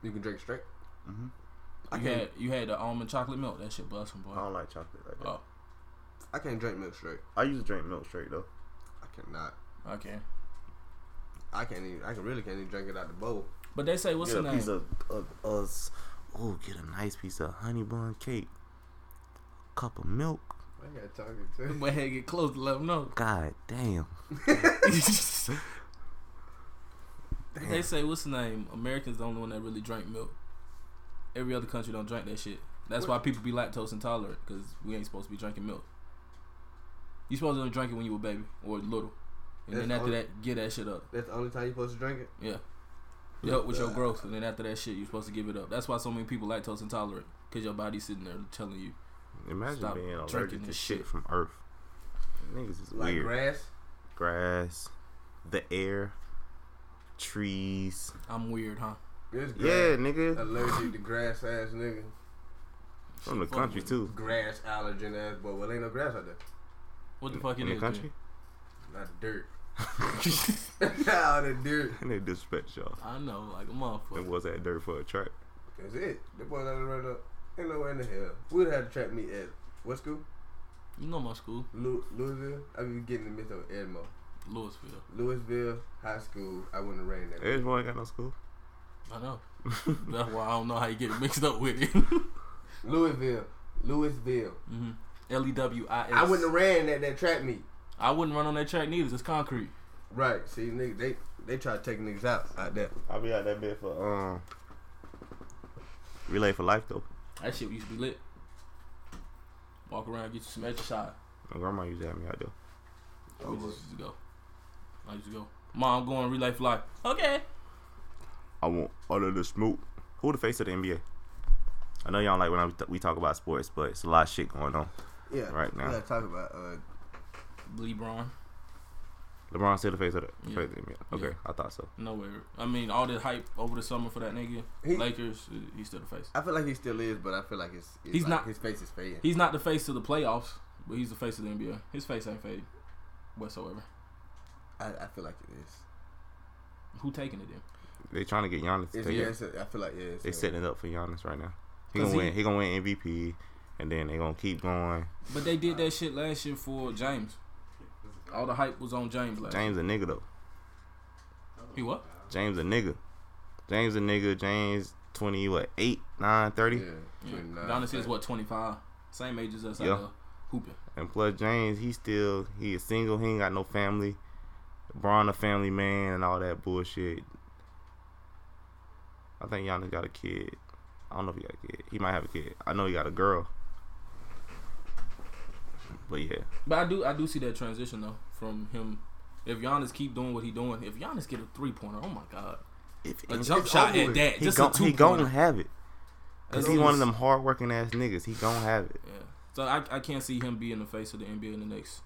Speaker 2: You can drink straight.
Speaker 1: Mm-hmm.
Speaker 2: I
Speaker 4: you
Speaker 2: can't.
Speaker 4: had you had the almond chocolate milk. That shit busting, boy.
Speaker 1: I don't like chocolate like that.
Speaker 4: Oh,
Speaker 2: I can't drink milk straight.
Speaker 1: I used to drink milk straight though.
Speaker 2: I cannot.
Speaker 4: okay.
Speaker 2: I can't even. I can really can't even drink it out the bowl.
Speaker 4: But they say what's
Speaker 1: get
Speaker 4: the
Speaker 1: a
Speaker 4: name?
Speaker 1: piece of, of us. Oh, get a nice piece of honey bun cake. Cup of milk.
Speaker 2: I got talking to.
Speaker 4: Went ahead and get close to let them know.
Speaker 1: God damn.
Speaker 4: they say what's the name? Americans the only one that really drink milk. Every other country don't drink that shit. That's why people be lactose intolerant because we ain't supposed to be drinking milk. You supposed to only drink it when you were baby or little, and then
Speaker 2: That's
Speaker 4: after
Speaker 2: all-
Speaker 4: that, get that shit up.
Speaker 2: That's the only time you're supposed to drink it.
Speaker 4: Yeah, it help with your growth, and then after that shit, you're supposed to give it up. That's why so many people lactose intolerant because your body's sitting there telling you.
Speaker 1: Imagine
Speaker 4: Stop
Speaker 1: being allergic
Speaker 4: drinking
Speaker 1: to
Speaker 4: this
Speaker 1: shit.
Speaker 4: shit.
Speaker 1: from Earth. Niggas is
Speaker 2: Like
Speaker 1: weird.
Speaker 2: grass.
Speaker 1: Grass, the air, trees.
Speaker 4: I'm weird, huh?
Speaker 2: This
Speaker 1: Yeah,
Speaker 2: grass.
Speaker 1: nigga.
Speaker 2: Allergic to grass ass nigga.
Speaker 1: From the
Speaker 4: fuck
Speaker 1: country
Speaker 4: with
Speaker 1: too.
Speaker 2: Grass allergen ass boy. Well, ain't no grass out there.
Speaker 4: What the fuck it
Speaker 1: In the
Speaker 4: is?
Speaker 1: country?
Speaker 2: Not dirt. All that dirt.
Speaker 1: And they disrespect y'all.
Speaker 4: I know, like a
Speaker 1: Them
Speaker 4: motherfucker.
Speaker 1: boys had dirt for a track.
Speaker 2: That's it. The boy that right up. Ain't no way in the hell. We'd have to trap me at what school?
Speaker 4: You know my school,
Speaker 2: Lew- Louisville. I be getting in the midst of Edmo.
Speaker 4: Louisville.
Speaker 2: Louisville High School. I wouldn't rain that.
Speaker 1: Everyone ain't got no school.
Speaker 4: I know. That's why I don't know how you get it mixed up with it.
Speaker 2: Louisville. Louisville.
Speaker 4: L E W I S.
Speaker 2: I wouldn't have ran at that trap meet.
Speaker 4: I wouldn't run on that track neither. It's concrete.
Speaker 2: Right. See, nigga, they they try to take niggas out out there.
Speaker 1: I'll be out that bit for um Relay for life though.
Speaker 4: That shit used to be lit. Walk around, get you some exercise.
Speaker 1: My grandma used to have me out there.
Speaker 2: Oh,
Speaker 4: We just used to go. I used to go. Mom, I'm going relay fly. Okay.
Speaker 1: I want all of the smoke. Who the face of the NBA? I know y'all like when I, we talk about sports, but it's a lot of shit going on.
Speaker 2: Yeah.
Speaker 1: Right now.
Speaker 2: We gotta talk about uh,
Speaker 4: LeBron.
Speaker 1: LeBron's still the face of the,
Speaker 4: Yeah.
Speaker 1: face of the NBA. Okay,
Speaker 4: Yeah.
Speaker 1: I thought so.
Speaker 4: Nowhere. I mean, all the hype over the summer for that nigga.
Speaker 2: He-
Speaker 4: Lakers. uh, He's still the face.
Speaker 2: I feel like he still is, but I feel like his his,
Speaker 4: He's
Speaker 2: like,
Speaker 4: not-
Speaker 2: His face is fading.
Speaker 4: He's not the face of the playoffs, but he's the face of the NBA. His face ain't fade whatsoever.
Speaker 2: I, I feel like it is.
Speaker 4: Who taking it then?
Speaker 1: They trying to get Giannis. To
Speaker 2: It's,
Speaker 1: take
Speaker 2: yeah.
Speaker 1: it.
Speaker 2: it's a- I feel like yeah. It's
Speaker 1: They
Speaker 2: a-
Speaker 1: setting it up for Giannis right now. He
Speaker 4: 'Cause
Speaker 1: gonna win.
Speaker 4: he-
Speaker 1: He gonna win MVP, and then they gonna keep going.
Speaker 4: But they did that shit last year for James. All the hype was on James last.
Speaker 1: James a nigga though.
Speaker 4: He what?
Speaker 1: James a nigga. James a nigga. James twenty what eight nine thirty.
Speaker 2: Yeah.
Speaker 4: Yeah.
Speaker 2: 29,
Speaker 4: Giannis is
Speaker 2: like-
Speaker 4: what twenty five, same age as uh, us.
Speaker 1: uh, Yeah.
Speaker 4: out there hooping.
Speaker 1: And plus James, he still he is single. He ain't got no family. Braun a family man and all that bullshit. I think Giannis got a kid. I don't know if he got a kid. He might have a kid. I know he got a girl. But yeah,
Speaker 4: But I do, I do see that transition though from him. If Giannis keep doing what he doing, if Giannis get a three pointer, oh my god,
Speaker 1: if
Speaker 4: a jump shot
Speaker 2: over
Speaker 4: at
Speaker 2: with.
Speaker 4: that,
Speaker 1: he,
Speaker 4: just
Speaker 1: gon-
Speaker 4: a
Speaker 1: he
Speaker 4: two
Speaker 1: gonna
Speaker 4: pointer.
Speaker 1: have it. Cause
Speaker 4: That's
Speaker 1: he
Speaker 4: all
Speaker 1: one of
Speaker 4: this-
Speaker 1: them hard working ass niggas. He gonna have it.
Speaker 4: Yeah. So I, I can't see him being the face of the NBA in the next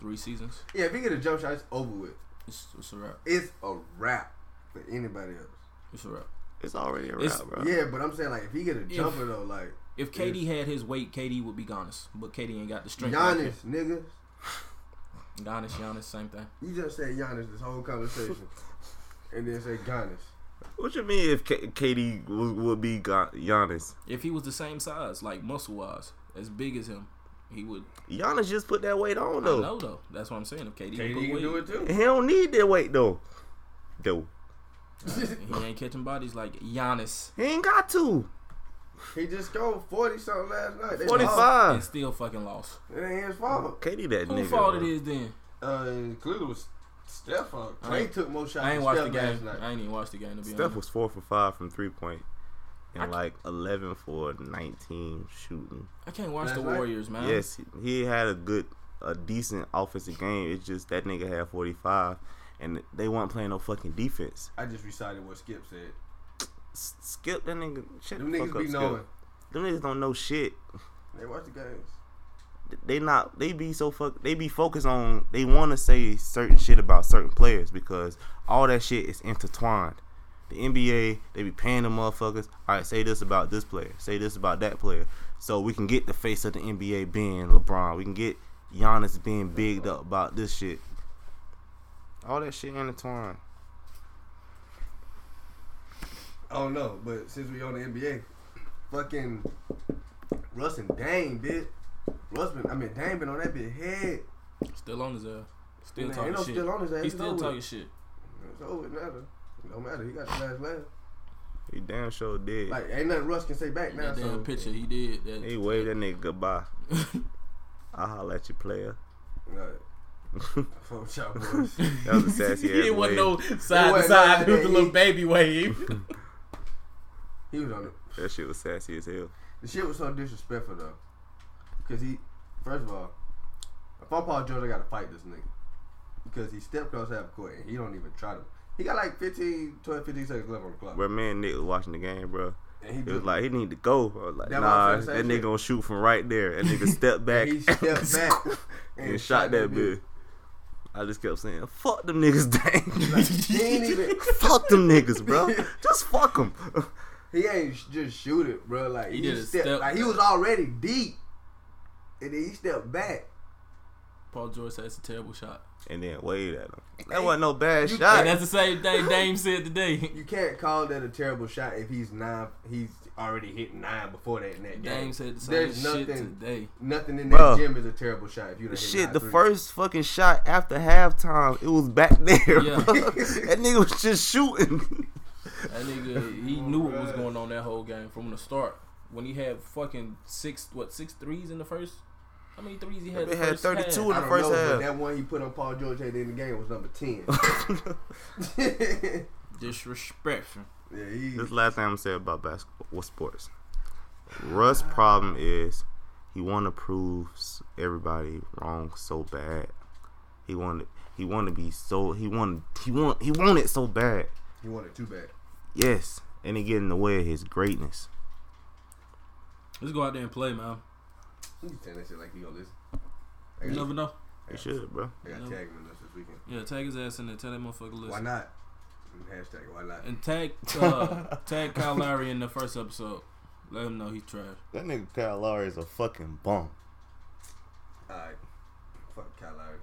Speaker 4: three seasons.
Speaker 2: Yeah. If he get a jump shot, it's over with.
Speaker 4: It's, it's a wrap.
Speaker 2: It's a wrap for anybody else.
Speaker 4: It's a wrap.
Speaker 1: It's already a
Speaker 4: It's-
Speaker 1: wrap, bro.
Speaker 2: Yeah, but I'm saying like if he get a
Speaker 4: If-
Speaker 2: jumper though, like
Speaker 4: If KD had his weight, KD would be Giannis, but KD ain't got the strength. like
Speaker 2: Giannis, nigga.
Speaker 4: him. Giannis, Giannis, same thing.
Speaker 2: You just said Giannis this whole conversation, and then say Giannis.
Speaker 1: What you mean if K- KD would, would be Ga- Giannis?
Speaker 4: If he was the same size, like muscle wise, as big as him, he would.
Speaker 1: Giannis just put that weight on
Speaker 4: I
Speaker 1: though.
Speaker 4: know though. That's what I'm saying. If KD,
Speaker 6: KD
Speaker 4: put
Speaker 6: can
Speaker 4: weight,
Speaker 6: do it too.
Speaker 1: He don't need that weight though. Though
Speaker 4: he ain't catching bodies like Giannis
Speaker 1: he ain't got to.
Speaker 2: He just scored forty something last night. They
Speaker 1: Forty
Speaker 2: lost.
Speaker 4: and
Speaker 1: five.
Speaker 4: still fucking lost.
Speaker 2: It ain't his fault.
Speaker 1: KD that
Speaker 4: Who
Speaker 1: nigga.
Speaker 4: fault it
Speaker 1: bro.
Speaker 4: is then?
Speaker 2: Uh, and clearly was Steph. uh,
Speaker 4: I
Speaker 2: Clay
Speaker 4: ain't-
Speaker 2: took more shots.
Speaker 4: I ain't
Speaker 2: than
Speaker 4: watched the
Speaker 2: Steph
Speaker 4: game.
Speaker 2: last night.
Speaker 4: I ain't even watched the game to be
Speaker 1: Steph
Speaker 4: honest.
Speaker 1: was four for five from three point,
Speaker 4: I
Speaker 1: and
Speaker 4: c-
Speaker 1: like eleven for nineteen shooting.
Speaker 4: I can't watch
Speaker 2: Last
Speaker 4: the
Speaker 2: night?
Speaker 4: Warriors, man.
Speaker 1: Yes, he had a good, a decent offensive game. It's just that nigga had forty five, and they weren't playing no fucking defense.
Speaker 2: I just recited what Skip said.
Speaker 1: S- Skip that nigga. Shut
Speaker 2: Them
Speaker 1: the
Speaker 2: niggas
Speaker 1: fuck up,
Speaker 2: be
Speaker 1: Skip.
Speaker 2: knowing.
Speaker 1: Them niggas don't know shit.
Speaker 2: They watch the games.
Speaker 1: they not they be so fuck they be focused on they want to say certain shit about certain players because all that shit is intertwined. The NBA they be paying the motherfuckers. All right, say this about this player, say this about that player, so we can get the face of the NBA being LeBron. We can get Giannis being bigged up about this shit. All that shit intertwined.
Speaker 2: I don't know, but since we on the NBA, fucking Russ and Dame, bitch. Russ been, I mean, Dame been on that bitch head.
Speaker 4: Still on his ass. Still
Speaker 2: Man,
Speaker 4: talking
Speaker 2: ain't no
Speaker 4: shit.
Speaker 2: still on his ass.
Speaker 4: He's
Speaker 2: It's
Speaker 4: still
Speaker 2: over.
Speaker 4: talking shit.
Speaker 2: It's over, it matter. It don't matter. He got the last laugh.
Speaker 1: He damn sure did.
Speaker 2: Like, ain't nothing Russ can say back now.
Speaker 4: That damn
Speaker 2: so
Speaker 4: picture he did. That,
Speaker 1: he waved that nigga goodbye. I holla at you, player.
Speaker 2: Like, fuck with y'all boys.
Speaker 1: That was a sassy ass
Speaker 4: it wasn't
Speaker 1: wave.
Speaker 4: no side to
Speaker 2: wasn't
Speaker 4: side.
Speaker 2: like
Speaker 4: It was
Speaker 2: that.
Speaker 4: a little baby wave.
Speaker 2: he was on it.
Speaker 1: That shit was sassy as hell.
Speaker 2: The shit was so disrespectful though, because he, first of all, if I'm Paul George, I gotta fight this nigga because he stepped across half court and he don't even try to. He got like 15, 12, 15 seconds left on the clock.
Speaker 1: Where me and Nick was watching the game, bro.
Speaker 2: And he
Speaker 1: It was
Speaker 2: just-
Speaker 1: like he need to go. I was like,
Speaker 2: Mm-hmm. That
Speaker 1: nah,
Speaker 2: what I'm saying,
Speaker 1: that
Speaker 2: same
Speaker 1: nigga
Speaker 2: shit.
Speaker 1: gonna shoot from right there. That nigga stepped back
Speaker 2: he stepped back
Speaker 1: and shot that bitch. I just kept saying, "Fuck them niggas, dang!
Speaker 2: He ain't even.
Speaker 1: fuck them niggas, bro! Just fuck them."
Speaker 2: He ain't sh- just shoot it, bro. Like
Speaker 4: He
Speaker 2: he,
Speaker 4: did a
Speaker 2: stepped.
Speaker 4: step.
Speaker 2: Like he was already deep, and then he stepped back.
Speaker 4: Paul George said it's a terrible shot.
Speaker 1: and then waved at him. That wasn't no bad
Speaker 2: You-
Speaker 1: shot.
Speaker 4: And that's the same thing Dame said today.
Speaker 2: You can't call that a terrible shot if he's nine. He's already hit nine before that in that game.
Speaker 4: Dame said the same
Speaker 2: There's
Speaker 4: shit
Speaker 2: nothing-
Speaker 4: today.
Speaker 2: Nothing in
Speaker 1: Bruh.
Speaker 2: that gym is a terrible shot if you don't hit
Speaker 1: Shit,
Speaker 2: nine
Speaker 1: the
Speaker 2: threes.
Speaker 1: first fucking shot after halftime, it was back there.
Speaker 4: Yeah.
Speaker 1: bro. that nigga was just shooting.
Speaker 4: That nigga, he knew what was going on that whole game from the start. When he had fucking six, what six threes in the first? How many threes he had?
Speaker 1: They
Speaker 4: the
Speaker 1: had
Speaker 4: first
Speaker 1: 32 in
Speaker 4: half?
Speaker 1: the
Speaker 2: I don't
Speaker 1: first
Speaker 2: know,
Speaker 1: half.
Speaker 2: But that one he put on Paul George at the end of the game was number ten.
Speaker 4: Disrespectful.
Speaker 2: yeah, he,
Speaker 1: This last thing I'm gonna say about basketball, what sports? Russ' problem is he want to prove s- everybody wrong so bad. He wanted, he want to be so, he want, he want, he want it so bad.
Speaker 2: he wanted too bad.
Speaker 1: Yes, and it get in the way of his greatness.
Speaker 4: Let's go out there and play, man.
Speaker 2: He saying that shit like he gonna listen. I
Speaker 4: You
Speaker 2: gotta,
Speaker 4: never know.
Speaker 1: He should, bro.
Speaker 2: I gotta
Speaker 4: never-
Speaker 2: tag him in this this weekend.
Speaker 4: Yeah, tag his ass in there. Tell that motherfucker listen.
Speaker 2: Why not? Hashtag why not?
Speaker 4: And tag uh, tag Kyle Lowry in the first episode. Let him know he's trash.
Speaker 1: That nigga Kyle Lowry is a fucking bum.
Speaker 2: Alright, fuck Kyle Lowry,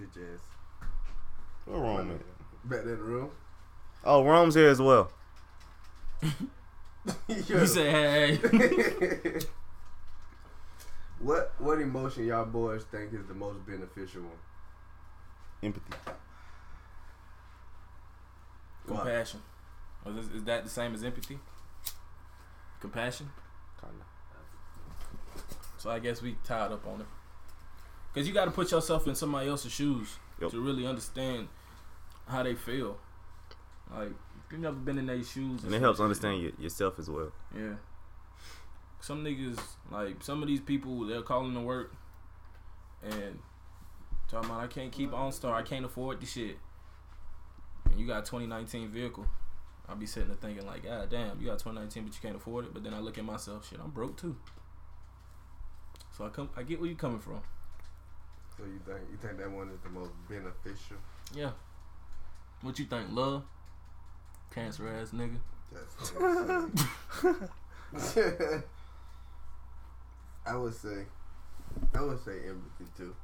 Speaker 2: bitch ass.
Speaker 1: What wrong with it?
Speaker 2: Back there in the room.
Speaker 1: Oh, Rome's here as well.
Speaker 4: He said, "Hey,
Speaker 2: what what emotion y'all boys think is the most beneficial one?
Speaker 1: Empathy.
Speaker 2: Why?
Speaker 4: compassion." Or Is, is that the same as empathy? Compassion. So I guess we tied up on it. Cause you got to put yourself in somebody else's shoes
Speaker 1: Yep.
Speaker 4: to really understand how they feel. Like you never been in their shoes,
Speaker 1: And it helps understand you, yourself as well.
Speaker 4: Yeah. Some niggas like some of these people they're calling to work and talking about I can't keep OnStar, I can't afford this shit. And you got a 2019 vehicle. I'll be sitting there thinking like, God damn, you got 2019 but you can't afford it. But then I look at myself, shit, I'm broke too. So I come, I get where you coming from.
Speaker 2: So you think you think that one is the most beneficial?
Speaker 4: Yeah. What you think, love? Cancer ass nigga.
Speaker 2: That's what I'm saying. I would say, I would say empathy too.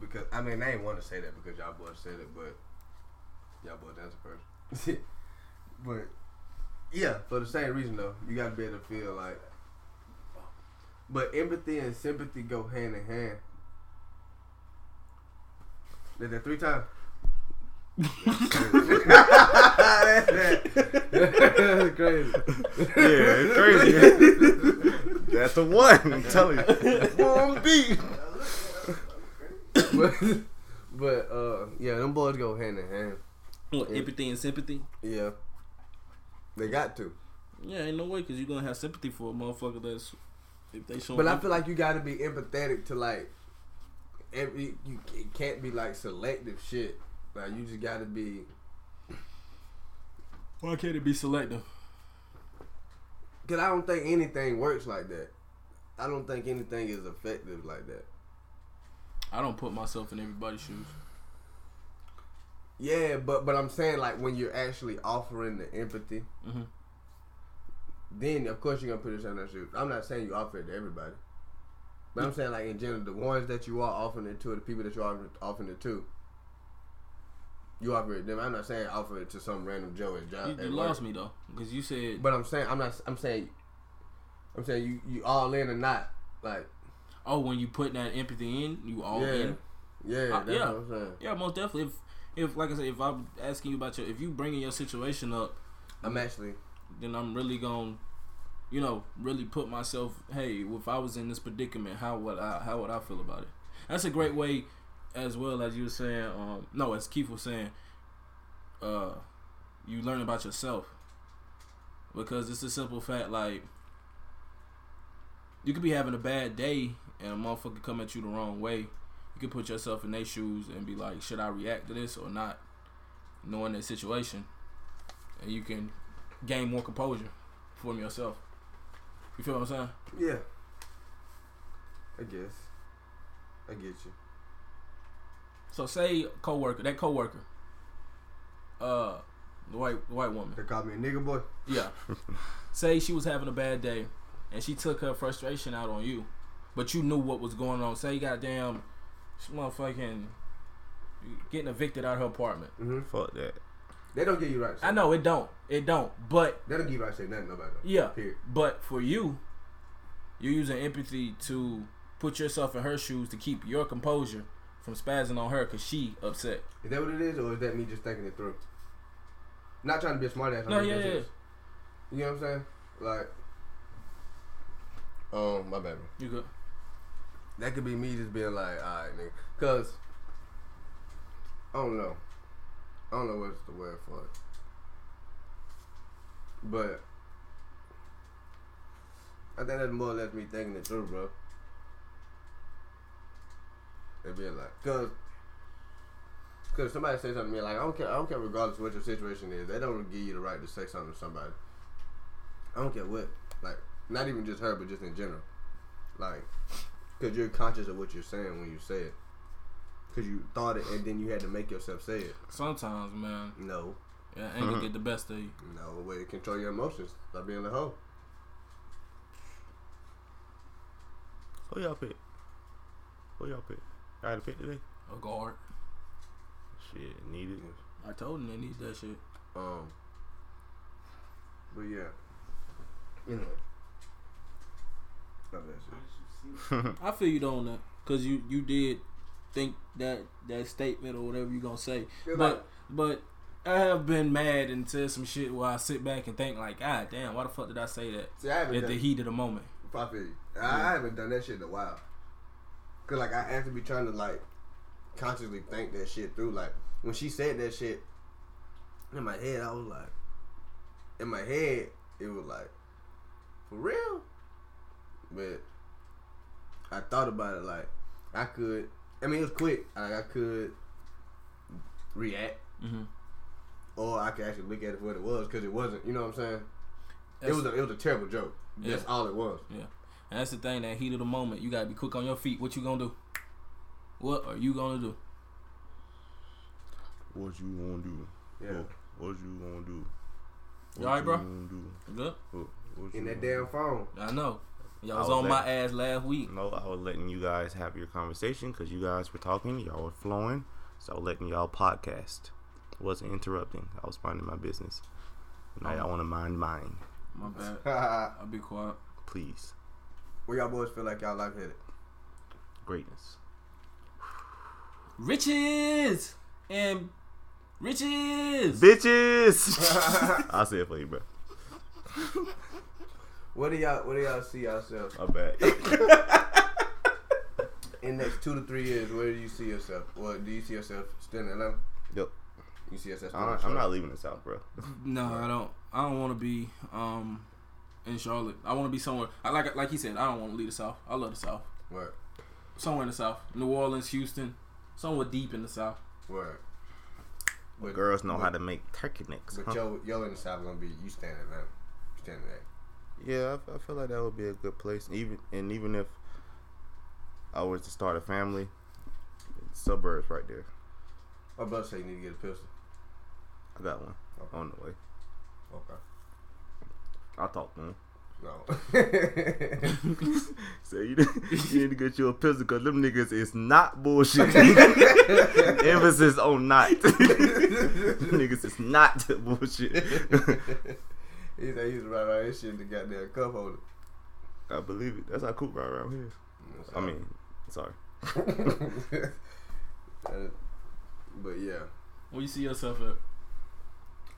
Speaker 2: Because I mean, I ain't want to say that because y'all boys said it, but y'all boys answer first. but yeah, for the same reason though, you gotta be able to feel like. But empathy and sympathy go hand in hand. Did that three times. That's crazy.
Speaker 1: Yeah, it's crazy. That's the one. I'm telling you.
Speaker 2: Boom beat. but, but uh, yeah, them boys go hand in hand.
Speaker 4: What, empathy and sympathy?
Speaker 2: Yeah, they got to.
Speaker 4: Yeah, ain't no way because you're gonna have sympathy for a motherfucker that's if they show.
Speaker 2: But I feel like you got to be empathetic to like every. You it can't be like selective shit. Like you just got to be.
Speaker 4: why can't it be selective?
Speaker 2: Cause I don't think anything works like that. I don't think anything is effective like that.
Speaker 4: I don't put myself in everybody's shoes.
Speaker 2: Yeah, but but I'm saying like when you're actually offering the empathy,
Speaker 4: Mhm.
Speaker 2: then of course you're gonna put yourself in their shoes. I'm not saying you offer it to everybody, but I'm saying like in general, the ones that you are offering it to, the people that you are offering it to, you offer it to them. I'm not saying offer it to some random Joe at job.
Speaker 4: You, you
Speaker 2: Uh, at work.
Speaker 4: lost me though because you said.
Speaker 2: But I'm saying I'm not. I'm saying I'm saying you you all in or not like
Speaker 4: Oh, when you put that empathy in, you all
Speaker 2: yeah
Speaker 4: in.
Speaker 2: yeah
Speaker 4: Uh,
Speaker 2: that's
Speaker 4: yeah.
Speaker 2: what I'm saying.
Speaker 4: Yeah, most definitely. If, if like I said, if I'm asking you about your, if you bringing your situation up,
Speaker 2: I'm actually
Speaker 4: then I'm really gonna, you know, really put myself. Hey, if I was in this predicament, how would I? How would I feel about it? That's a great way, as well as you were saying. Um, no, as Keith was saying, uh, you learn about yourself because it's a simple fact. Like, you could be having a bad day and a motherfucker come at you the wrong way. You could put yourself in their shoes and be like, should I react to this or not? Knowing that situation, and you can gain more composure from yourself. You feel what I'm saying?
Speaker 2: yeah. I guess I get you.
Speaker 4: So say coworker, that coworker, uh, the white the white woman,
Speaker 2: They call me a nigga boy.
Speaker 4: yeah. say she was having a bad day, and she took her frustration out on you, but you knew what was going on. Say goddamn, this motherfucking getting evicted out of her apartment.
Speaker 1: Fuck that.
Speaker 2: They don't give you right.
Speaker 4: Mm-hmm. I know it don't, it don't, but
Speaker 2: They don't give you right shit. Nothing nobody. Though.
Speaker 4: Yeah.
Speaker 2: Period.
Speaker 4: But for you, you're using empathy to put yourself in her shoes to keep your composure from spazzing on her because she upset.
Speaker 2: Is that what it is, or is that me just thinking it through? Not trying to be a smart ass. I'm
Speaker 4: No,
Speaker 2: just
Speaker 4: yeah,
Speaker 2: thinking
Speaker 4: yeah.
Speaker 2: this. You know what I'm saying? Like, um, my bad. bro.
Speaker 4: You good?
Speaker 2: That could be me just being like, all right, nigga, cause I don't know. I don't know what's the word for it, but I think that's more or less me thinking it through, bro. It'd be like, cause, cause somebody says something to me like, I don't care, I don't care regardless what your situation is, they don't give you the right to say something to somebody. I don't care what, like, not even just her, but just in general, like, cause you're conscious of what you're saying when you say it, cause you thought it and then you had to make yourself say it.
Speaker 4: Sometimes, man,
Speaker 2: No,
Speaker 4: yeah,
Speaker 2: Mm-hmm.
Speaker 4: anger get the best of you.
Speaker 2: no way to control your emotions by being a hoe.
Speaker 1: Who y'all pick? Who y'all pick? I gotta pick today.
Speaker 4: A guard.
Speaker 1: Shit, need it.
Speaker 4: I told him they need that shit.
Speaker 2: Um, but yeah, anyway. Love that shit.
Speaker 4: I feel you don't that because you you did think that that statement or whatever you gonna say,
Speaker 2: You're
Speaker 4: but but. I have been mad and said some shit where I sit back and think like, God damn, why the fuck did I say that?
Speaker 2: See, I haven't
Speaker 4: At
Speaker 2: done.
Speaker 4: the heat of the moment.
Speaker 2: I feel you. I, I haven't done that shit in a while. Cause like I actually be trying to like consciously think that shit through. Like when she said that shit, in my head I was like, in my head it was like, for real. But I thought about it like I could. I mean it was quick. Like I could react,
Speaker 4: Mm-hmm.
Speaker 2: or I could actually look at it for what it was. Cause it wasn't. You know what I'm saying?
Speaker 4: That's-
Speaker 2: it was a it was a terrible joke. That's
Speaker 4: Yeah.
Speaker 2: all it was.
Speaker 4: And that's the thing, that heat of the moment. You gotta be quick on your feet. What you gonna do? What are you gonna do?
Speaker 1: What you gonna do?
Speaker 2: Yeah.
Speaker 1: What, what you gonna do?
Speaker 4: You alright, bro?
Speaker 1: gonna do?
Speaker 4: You Good.
Speaker 1: What, what
Speaker 2: in
Speaker 1: you
Speaker 2: that
Speaker 1: gonna
Speaker 2: damn phone.
Speaker 4: I know. Y'all
Speaker 1: I
Speaker 4: was
Speaker 1: was
Speaker 4: on
Speaker 1: like-
Speaker 4: my ass last week.
Speaker 1: No, I was letting you guys have your conversation because you guys were talking, y'all were flowing, so I was letting y'all podcast. was interrupting. I was minding my business. And I, I want to mind mine,
Speaker 4: My bad.
Speaker 2: Where
Speaker 4: I'll be quiet.
Speaker 1: please.
Speaker 2: y'all boys feel like y'all lightheaded?
Speaker 1: Greatness.
Speaker 4: Riches and riches.
Speaker 1: Bitches! I'll say it for you, bro.
Speaker 2: What do y'all What do y'all see yourself
Speaker 1: My bad.
Speaker 2: in next two to three years? Where do you see yourself? Well, do you see yourself still in Atlanta?
Speaker 1: Yep.
Speaker 2: You see yourself? Still
Speaker 1: I'm
Speaker 2: in
Speaker 1: not, I'm
Speaker 2: Charlotte?
Speaker 1: not leaving the South, bro.
Speaker 4: No, I don't. I don't want to be um in Charlotte. I want to be somewhere. I like like he said. I don't want to leave the South. I love the South.
Speaker 2: Word,
Speaker 4: Somewhere in the South, New Orleans, Houston, somewhere deep in the South.
Speaker 2: word. But,
Speaker 1: Girls know
Speaker 2: but,
Speaker 1: how to make turkey necks.
Speaker 2: But
Speaker 1: huh?
Speaker 2: yo, yo in the south gonna be you staying in Atlanta. You staying there.
Speaker 1: Yeah, I, I feel like that would be a good place. Even and even if I was to start a family, suburbs right there.
Speaker 2: My brother say you need to get a pistol.
Speaker 1: I got one on the way.
Speaker 2: Okay.
Speaker 1: I'll talk to him.
Speaker 2: No.
Speaker 1: So you, you need to get you a pistol because them niggas is not bullshit. Emphasis on not. niggas is not bullshit.
Speaker 2: he said he used to ride around his shit in the goddamn cup holder.
Speaker 1: I believe it. That's how cool right around here. I mean, sorry.
Speaker 2: Uh, but yeah,
Speaker 4: Where you see yourself at?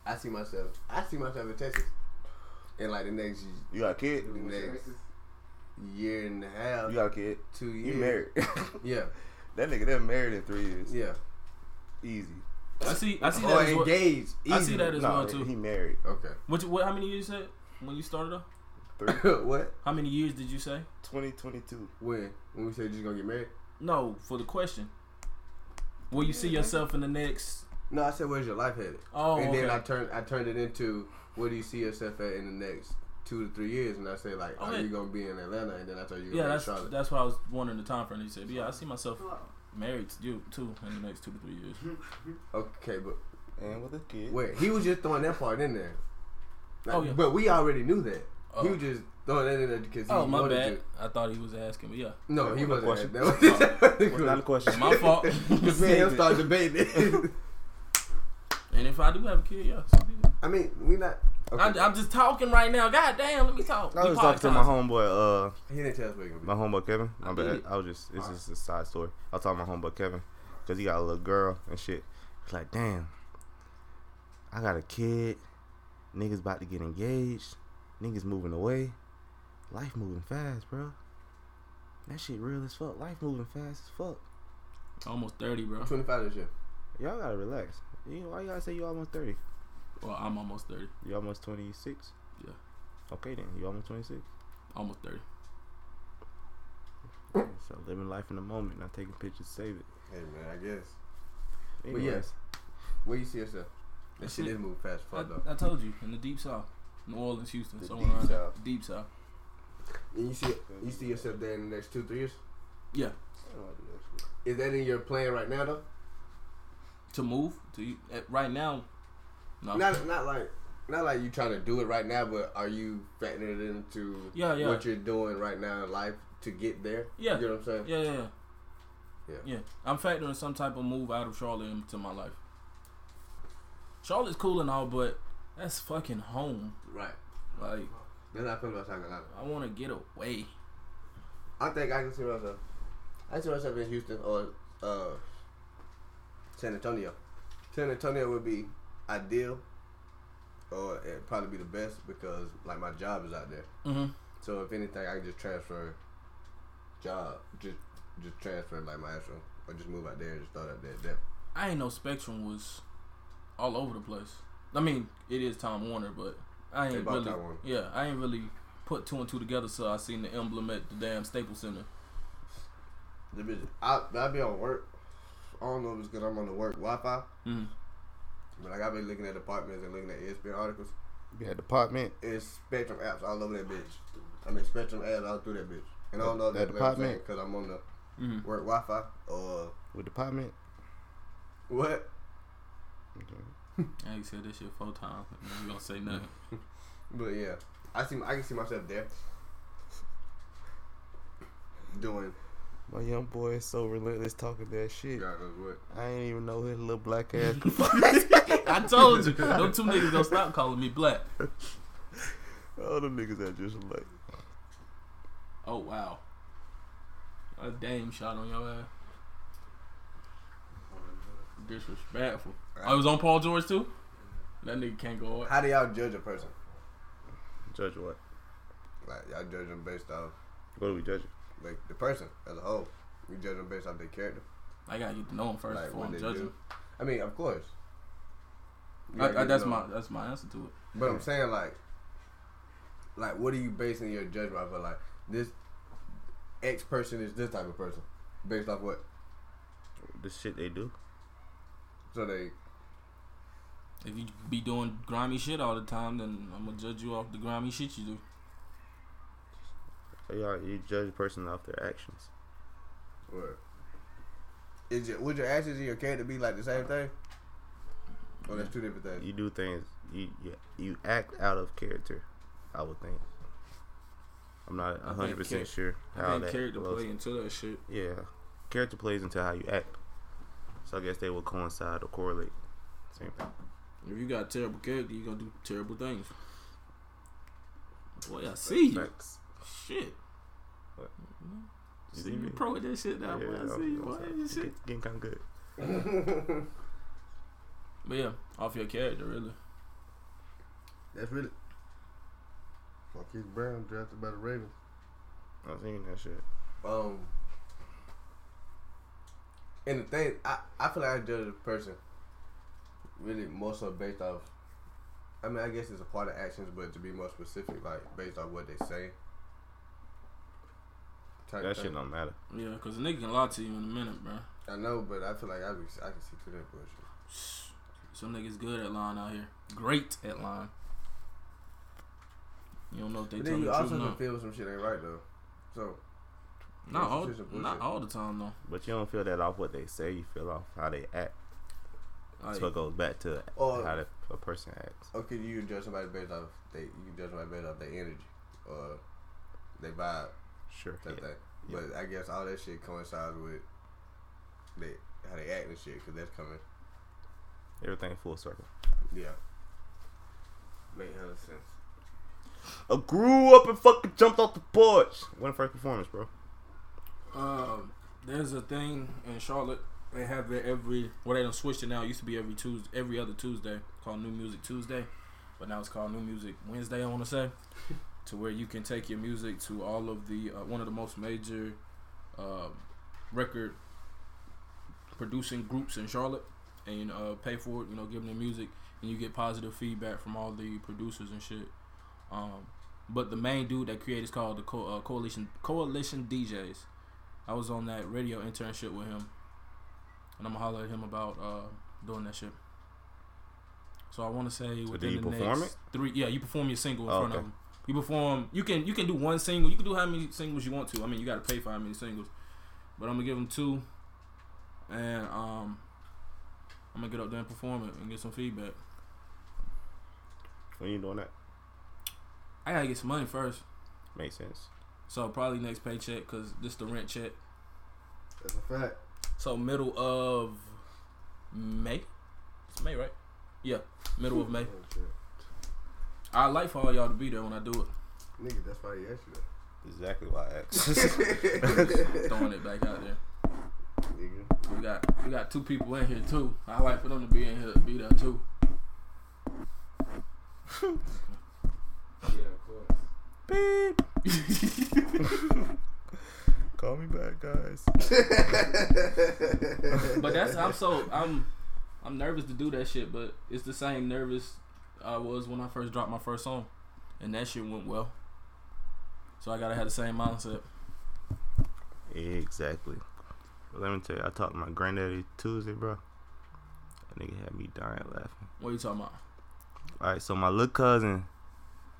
Speaker 2: I see myself. I see myself in Texas in like the next
Speaker 1: You got a kid?
Speaker 2: the next year and a half,
Speaker 1: You got a kid?
Speaker 2: two years.
Speaker 1: You married?
Speaker 2: Yeah,
Speaker 1: that nigga, they're married in three years.
Speaker 2: yeah.
Speaker 1: Easy.
Speaker 4: I see. I see
Speaker 2: Or
Speaker 4: that. As well.
Speaker 2: engaged.
Speaker 4: I see
Speaker 2: easy.
Speaker 4: that as
Speaker 1: Nah,
Speaker 4: well too.
Speaker 1: He married.
Speaker 2: Okay.
Speaker 4: What, you- what? How many years you said when you started off?
Speaker 2: what?
Speaker 4: How many years did you say?
Speaker 1: 2022.
Speaker 2: When? When we said you gonna get married?
Speaker 4: No, for the question. Will you see yourself in the next?
Speaker 2: No, I said where's your life headed?
Speaker 4: Oh,
Speaker 2: and then I
Speaker 4: okay.
Speaker 2: turned I turned it into where do you see yourself at in the next two to three years? And I said like, are
Speaker 4: Okay.
Speaker 2: you gonna be in Atlanta? And then I told you
Speaker 4: Yeah,
Speaker 2: gonna
Speaker 4: that's
Speaker 2: be in Charlotte.
Speaker 4: that's why I was wondering the time frame. You said, but yeah, I see myself married to you too in the next two to three years.
Speaker 2: Mm-hmm. okay, but
Speaker 1: And with a kid.
Speaker 2: Wait, he was just throwing that part in there. Like,
Speaker 4: Oh, yeah.
Speaker 2: But we already knew that. He
Speaker 4: Oh.
Speaker 2: was just throwing that in there because he
Speaker 4: Oh, my
Speaker 2: wanted
Speaker 4: bad.
Speaker 2: to.
Speaker 4: I thought he was asking, but yeah,
Speaker 2: No, he
Speaker 1: That wasn't a
Speaker 2: wasn't.
Speaker 1: question.
Speaker 2: That was, that wasn't
Speaker 1: Well, not a question.
Speaker 4: my fault.
Speaker 2: Because me and him started debating it.
Speaker 4: and if I do have a kid, yeah, so be it.
Speaker 2: I mean, we not. Okay.
Speaker 4: I'm, I'm just talking right now. God damn, let me talk.
Speaker 1: I
Speaker 4: We
Speaker 1: was talking to my
Speaker 4: podcasting.
Speaker 1: homeboy, uh,
Speaker 2: he didn't tell us where he gonna be.
Speaker 1: my homeboy Kevin. My
Speaker 4: I
Speaker 1: bad.
Speaker 4: did.
Speaker 1: I was just, it's just a side story. I was talking to my homeboy Kevin because he got a little girl and shit. It's like, damn, I got a kid. Niggas about to get engaged. Niggas moving away. Life moving fast, bro. That shit real as fuck. Life moving fast as fuck.
Speaker 4: Almost thirty, bro.
Speaker 2: 25 this year.
Speaker 1: Y'all gotta relax. You, why you gotta say you almost 30?
Speaker 4: Well, I'm almost thirty.
Speaker 1: You almost 26?
Speaker 4: Yeah.
Speaker 1: Okay then, you almost 26.
Speaker 4: Almost thirty.
Speaker 1: So living life in the moment, not taking pictures, save it.
Speaker 2: Hey, man, I guess. But
Speaker 1: Anyways,
Speaker 2: yes. Where you see yourself? That
Speaker 4: That's
Speaker 2: shit
Speaker 4: it.
Speaker 2: is moving fast as
Speaker 4: I,
Speaker 2: fuck, though.
Speaker 4: I told you in the deep south, New Orleans, Houston,
Speaker 2: The
Speaker 4: somewhere
Speaker 2: deep
Speaker 4: around there.
Speaker 2: south.
Speaker 4: deep south.
Speaker 2: And you see, you see yourself there in the next two, three years?
Speaker 4: Yeah,
Speaker 2: Is that in your plan right now, though?
Speaker 4: to move to at, right now. No.
Speaker 2: Not, not like. Not like you trying to do it right now, but are you factoring it into
Speaker 4: Yeah, yeah.
Speaker 2: what you're doing right now in life to get there?
Speaker 4: Yeah.
Speaker 2: You know what I'm saying?
Speaker 4: yeah, yeah, yeah.
Speaker 2: Yeah.
Speaker 4: Yeah. I'm factoring some type of move out of Charlotte into my life. Charlotte's cool and all, but that's fucking home.
Speaker 2: Right.
Speaker 4: Like,
Speaker 2: That's how I feel about South Carolina.
Speaker 4: I want to get away.
Speaker 2: I think I can see myself. I see myself in Houston or uh, San Antonio. San Antonio would be ideal, or it'd probably be the best because like my job is out there.
Speaker 4: Mm-hmm.
Speaker 2: So if anything, I can just transfer job, just just transfer like my actual, or just move out there and just start out there. there.
Speaker 4: I ain't know Spectrum was all over the place. I mean, it is Time Warner, but I
Speaker 2: They
Speaker 4: ain't
Speaker 2: bought
Speaker 4: really.
Speaker 2: Time Warner.
Speaker 4: Yeah, I ain't really put two and two together. So I seen the emblem at the damn Staples Center.
Speaker 2: The bitch, I I be on work. I don't know if it's because I'm on the work Wi-Fi,
Speaker 4: Mm.
Speaker 2: but like I've been looking at apartments and looking at E ESPN articles.
Speaker 1: you had the apartment.
Speaker 2: It's Spectrum apps all over that bitch. I mean Spectrum apps all through that bitch. And I don't know if
Speaker 1: That
Speaker 2: that's what I'm saying
Speaker 1: department?
Speaker 2: because I'm on the
Speaker 4: Mhm.
Speaker 2: work Wi-Fi or
Speaker 1: With the apartment.
Speaker 2: what.
Speaker 4: I ain't said this shit four times. I'm gonna say nothing.
Speaker 2: But yeah, I see. I can see myself there doing
Speaker 1: My young boy is so relentless talking that shit.
Speaker 2: God knows what.
Speaker 1: I ain't even know his little black ass.
Speaker 4: I told you, them two niggas gonna stop calling me black.
Speaker 1: All them niggas that just like,
Speaker 4: Oh wow, a dame shot on your ass. Disrespectful. Oh, it was on Paul George too. That nigga can't go up.
Speaker 2: How do y'all judge a person?
Speaker 1: judge what?
Speaker 2: Like y'all judge them based off
Speaker 1: What are we judging?
Speaker 2: like the person as a whole. We judge them based off their character.
Speaker 4: I gotta get to know him first
Speaker 2: Like,
Speaker 4: before
Speaker 2: what
Speaker 4: I'm
Speaker 2: they
Speaker 4: judging.
Speaker 2: do. I mean, of course. You
Speaker 4: I,
Speaker 2: gotta
Speaker 4: I,
Speaker 2: get
Speaker 4: that's
Speaker 2: to know
Speaker 4: my
Speaker 2: them.
Speaker 4: that's my answer to it.
Speaker 2: But I'm saying like, like what are you basing your judgment off of? Like this X person is this type of person based off what?
Speaker 1: The shit they do.
Speaker 2: So they
Speaker 4: If you be doing grimy shit all the time, then I'm gonna judge you off the grimy shit you do.
Speaker 1: So y'all, you judge a person off their actions.
Speaker 2: or is it would your actions and your character be like the same thing? Or that's two different things.
Speaker 1: You do things. You you, you act out of character. I would think. I'm not
Speaker 4: think
Speaker 1: 100 percent
Speaker 4: char-
Speaker 1: sure
Speaker 4: I
Speaker 1: how
Speaker 4: think
Speaker 1: that.
Speaker 4: character
Speaker 1: goes.
Speaker 4: play into that shit.
Speaker 1: Yeah, character plays into how you act. So I guess they will coincide or correlate. Same thing.
Speaker 4: If you got terrible character, you gonna do terrible things. Boy, I see you.
Speaker 1: Facts.
Speaker 4: Shit.
Speaker 1: What? You
Speaker 4: See
Speaker 1: see
Speaker 4: you
Speaker 1: me?
Speaker 4: pro with that shit now, boy. I see you, boy. That shit.
Speaker 1: Getting kind of good.
Speaker 4: But yeah, off your character, really.
Speaker 2: That's really. Marquise Brown drafted by the Ravens.
Speaker 1: I've seen that shit.
Speaker 2: Um. And the thing, I, I feel like I judge a person really more so based off. I mean, I guess it's a part of actions, but to be more specific, like based on what they say. Type
Speaker 1: That
Speaker 2: thing.
Speaker 1: shit don't matter.
Speaker 4: Yeah, cause a nigga can lie to you in a minute, bro.
Speaker 2: I know, but I feel like I, be, I can see through that bullshit.
Speaker 4: Some niggas good at lying out here. Great at lying. You don't know if they
Speaker 2: But
Speaker 4: tell
Speaker 2: then
Speaker 4: you
Speaker 2: you
Speaker 4: the truth or
Speaker 2: also can
Speaker 4: not.
Speaker 2: feel some shit ain't right though. So
Speaker 4: Not all,
Speaker 2: It's just a
Speaker 4: not
Speaker 2: bullshit.
Speaker 4: all the time though.
Speaker 1: But you don't feel that off what they say. You feel off how they act.
Speaker 4: Like,
Speaker 1: so it goes back to
Speaker 2: Or-
Speaker 1: how the, a person acts.
Speaker 2: Okay, you can judge somebody based off they you can judge somebody based off their energy or they vibe
Speaker 1: Sure.
Speaker 2: type
Speaker 1: Yeah.
Speaker 2: thing. But I guess all that shit coincides with they how they act and shit because that's coming.
Speaker 1: Everything full circle.
Speaker 2: Yeah, make hella sense.
Speaker 1: I grew up and fucking jumped off the porch. One first performance, bro.
Speaker 4: Um, there's a thing in Charlotte. They have their every well, they done switched it now. It used to be every Tuesday, every other Tuesday, called New Music Tuesday, but now it's called New Music Wednesday. I want to say, to where you can take your music to all of the uh, one of the most major uh, record producing groups in Charlotte, and uh, pay for it. You know, give them their music, and you get positive feedback from all the producers and shit. Um, but the main dude that created is called the Co- uh, Coalition Coalition DJs. I was on that radio internship with him, and I'm gonna holler at him about uh, doing that shit. So I want to say within
Speaker 1: you
Speaker 4: the
Speaker 1: perform
Speaker 4: next three, yeah, you perform your single in
Speaker 1: Oh,
Speaker 4: front
Speaker 1: okay.
Speaker 4: of him. You perform, you can you can do one single, you can do how many singles you want to. I mean, you gotta pay for how many singles, but I'm gonna give him two, and um, I'm gonna get up there and perform it and get some feedback.
Speaker 1: When you doing that,
Speaker 4: I gotta get some money first.
Speaker 1: makes sense.
Speaker 4: So probably next paycheck because this the rent check.
Speaker 2: That's a fact.
Speaker 4: So middle of May. It's May, right? Yeah, middle of May. I like for all y'all to be there when I do it.
Speaker 2: Nigga, that's why you asked you that.
Speaker 1: Exactly why I asked.
Speaker 4: Throwing it back out there.
Speaker 2: Nigga,
Speaker 4: We got we got two people in here too. I like for them to be in here, be there too.
Speaker 3: Yeah, of course.
Speaker 1: Beep. Call me back, guys.
Speaker 4: But that's I'm so I'm I'm nervous to do that shit, but it's the same nervous I was when I first dropped my first song, and that shit went well. So I gotta have the same mindset.
Speaker 1: Exactly. But let me tell you, I talked to my granddaddy Tuesday, bro. That nigga had me dying laughing.
Speaker 4: What you talking about?
Speaker 1: All right, so my little cousin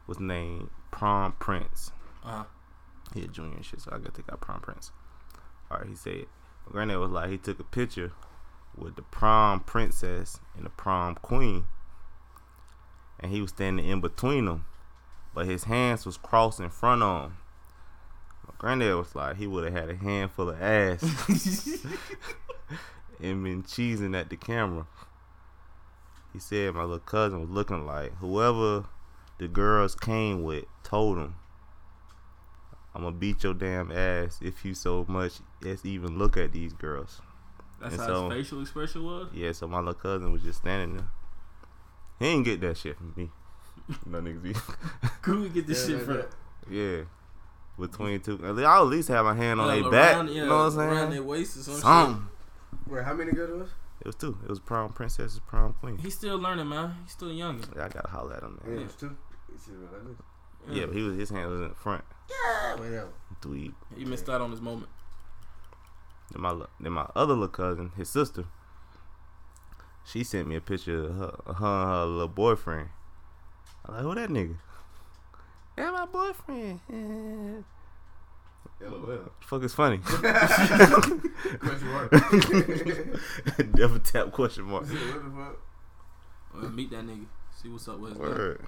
Speaker 1: was named Prom Prince.
Speaker 4: Uh-huh.
Speaker 1: He a junior and shit, so I got to take out Prom Prince. All right, he said, my granddad was like, he took a picture with the prom princess and the prom queen, and he was standing in between them, but his hands was crossed in front of him. My Granddad was like, he would have had a handful of ass and been cheesing at the camera. He said my little cousin was looking like whoever the girls came with told him, I'm gonna beat your damn ass if you so much as even look at these girls.
Speaker 4: That's
Speaker 1: And
Speaker 4: how
Speaker 1: so-
Speaker 4: his facial expression was.
Speaker 1: Yeah, so my little cousin was just standing there. He ain't get that shit from me. No niggas be.
Speaker 4: Could we get this shit from?
Speaker 1: yeah. With 22. At least- I'll at least have my hand on
Speaker 4: Yeah,
Speaker 1: their back.
Speaker 4: around-
Speaker 1: you know what I'm
Speaker 4: Around
Speaker 1: saying?
Speaker 4: their waist or some shit.
Speaker 1: Something.
Speaker 2: Wait, how many girls was?
Speaker 1: It was two. It was prom princesses, prom queen.
Speaker 4: He's still learning, man. He's still young.
Speaker 1: Yeah, I gotta holler at him,
Speaker 2: Yeah,
Speaker 1: man.
Speaker 2: it was two. It should have been like this.
Speaker 1: Yeah, but he was his hand was in the front.
Speaker 2: Ah, whatever.
Speaker 1: Dweeb.
Speaker 4: He missed out on his moment.
Speaker 1: Then my li- then my other little cousin, his sister. She sent me a picture of her, of her and her little boyfriend. I'm like, who that nigga? That my boyfriend. Eh,
Speaker 2: LOL.
Speaker 1: Fuck is funny.
Speaker 2: Question mark.
Speaker 1: Double tap question mark.
Speaker 2: Shit, what the fuck?
Speaker 4: Well, Uh, meet that nigga. See what's up with his life.
Speaker 1: Word.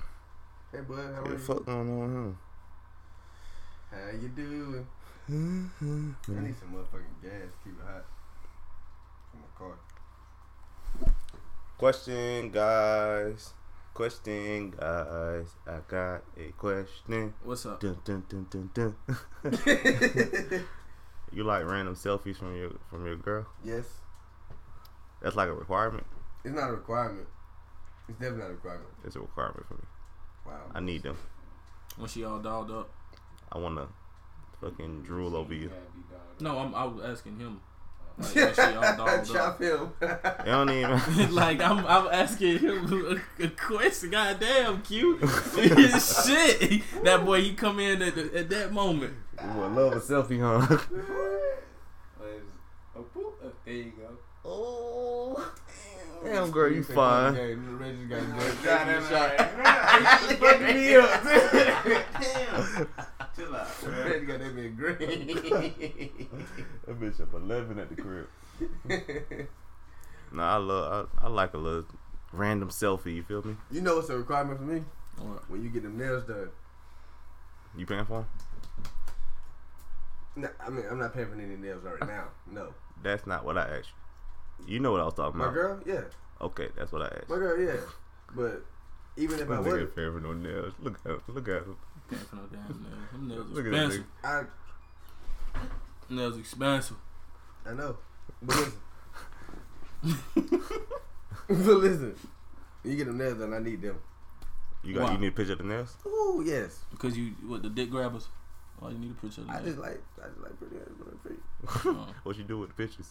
Speaker 2: Hey, bud, how
Speaker 1: What
Speaker 2: are
Speaker 1: the
Speaker 2: you?
Speaker 1: fuck going on
Speaker 2: How you doing?
Speaker 1: with
Speaker 2: I
Speaker 1: him?
Speaker 2: need some motherfucking gas. Keep it hot. For my car.
Speaker 1: Question, guys. Question, guys. I got a question.
Speaker 4: What's up?
Speaker 1: Dun, dun, dun, dun, dun. you like random selfies from your from your girl?
Speaker 2: Yes.
Speaker 1: That's like a requirement.
Speaker 2: It's not a requirement. It's definitely not a requirement.
Speaker 1: It's a requirement for me.
Speaker 2: Wow.
Speaker 1: I need them.
Speaker 4: When she all dolled up.
Speaker 1: I wanna fucking drool over you.
Speaker 4: No, I'm, I was asking him. Like, when she all dolled up.
Speaker 2: Chop him.
Speaker 1: It don't even.
Speaker 4: like I'm, I'm asking him a, a question. Goddamn, cute shit. That boy, he come in at, the, at that moment.
Speaker 1: you would love a selfie, huh?
Speaker 6: oh,
Speaker 4: There you go.
Speaker 1: Oh. Damn, girl, you fine.
Speaker 2: Okay, the Rangers got a good
Speaker 6: Nah, nah, nah,
Speaker 2: shot. Fuck me up. Damn.
Speaker 6: Chill out.
Speaker 2: The Rangers got that big green.
Speaker 1: That bitch up 11 at the crib. Nah, I love. I, I like a little random selfie. You feel me?
Speaker 2: you know what's a requirement for me?
Speaker 4: What?
Speaker 2: When you get them nails done.
Speaker 1: You paying for 'em?
Speaker 2: No, I mean, I'm not paying for any nails right now. No.
Speaker 1: That's not what I asked you. You know what I was talking
Speaker 2: My
Speaker 1: about.
Speaker 2: girl? Yeah.
Speaker 1: Okay, that's what I asked.
Speaker 2: My girl, yeah. But even if I
Speaker 1: This nigga
Speaker 2: would,
Speaker 1: paying for no nails. Look at him. Look at him.
Speaker 4: Paying for no damn nails. Them nails
Speaker 1: Look at that
Speaker 4: expensive.
Speaker 2: I
Speaker 4: Nails expensive.
Speaker 2: I know. But listen. but listen. You get them nails done, I need them.
Speaker 1: You got.
Speaker 4: Why?
Speaker 1: You need a picture of the nails.
Speaker 2: Ooh, yes.
Speaker 4: Because you what the dick grabbers? Oh, you need a picture of
Speaker 2: I
Speaker 4: that.
Speaker 2: just like I just like pretty ass women feet.
Speaker 1: What you do with the pictures?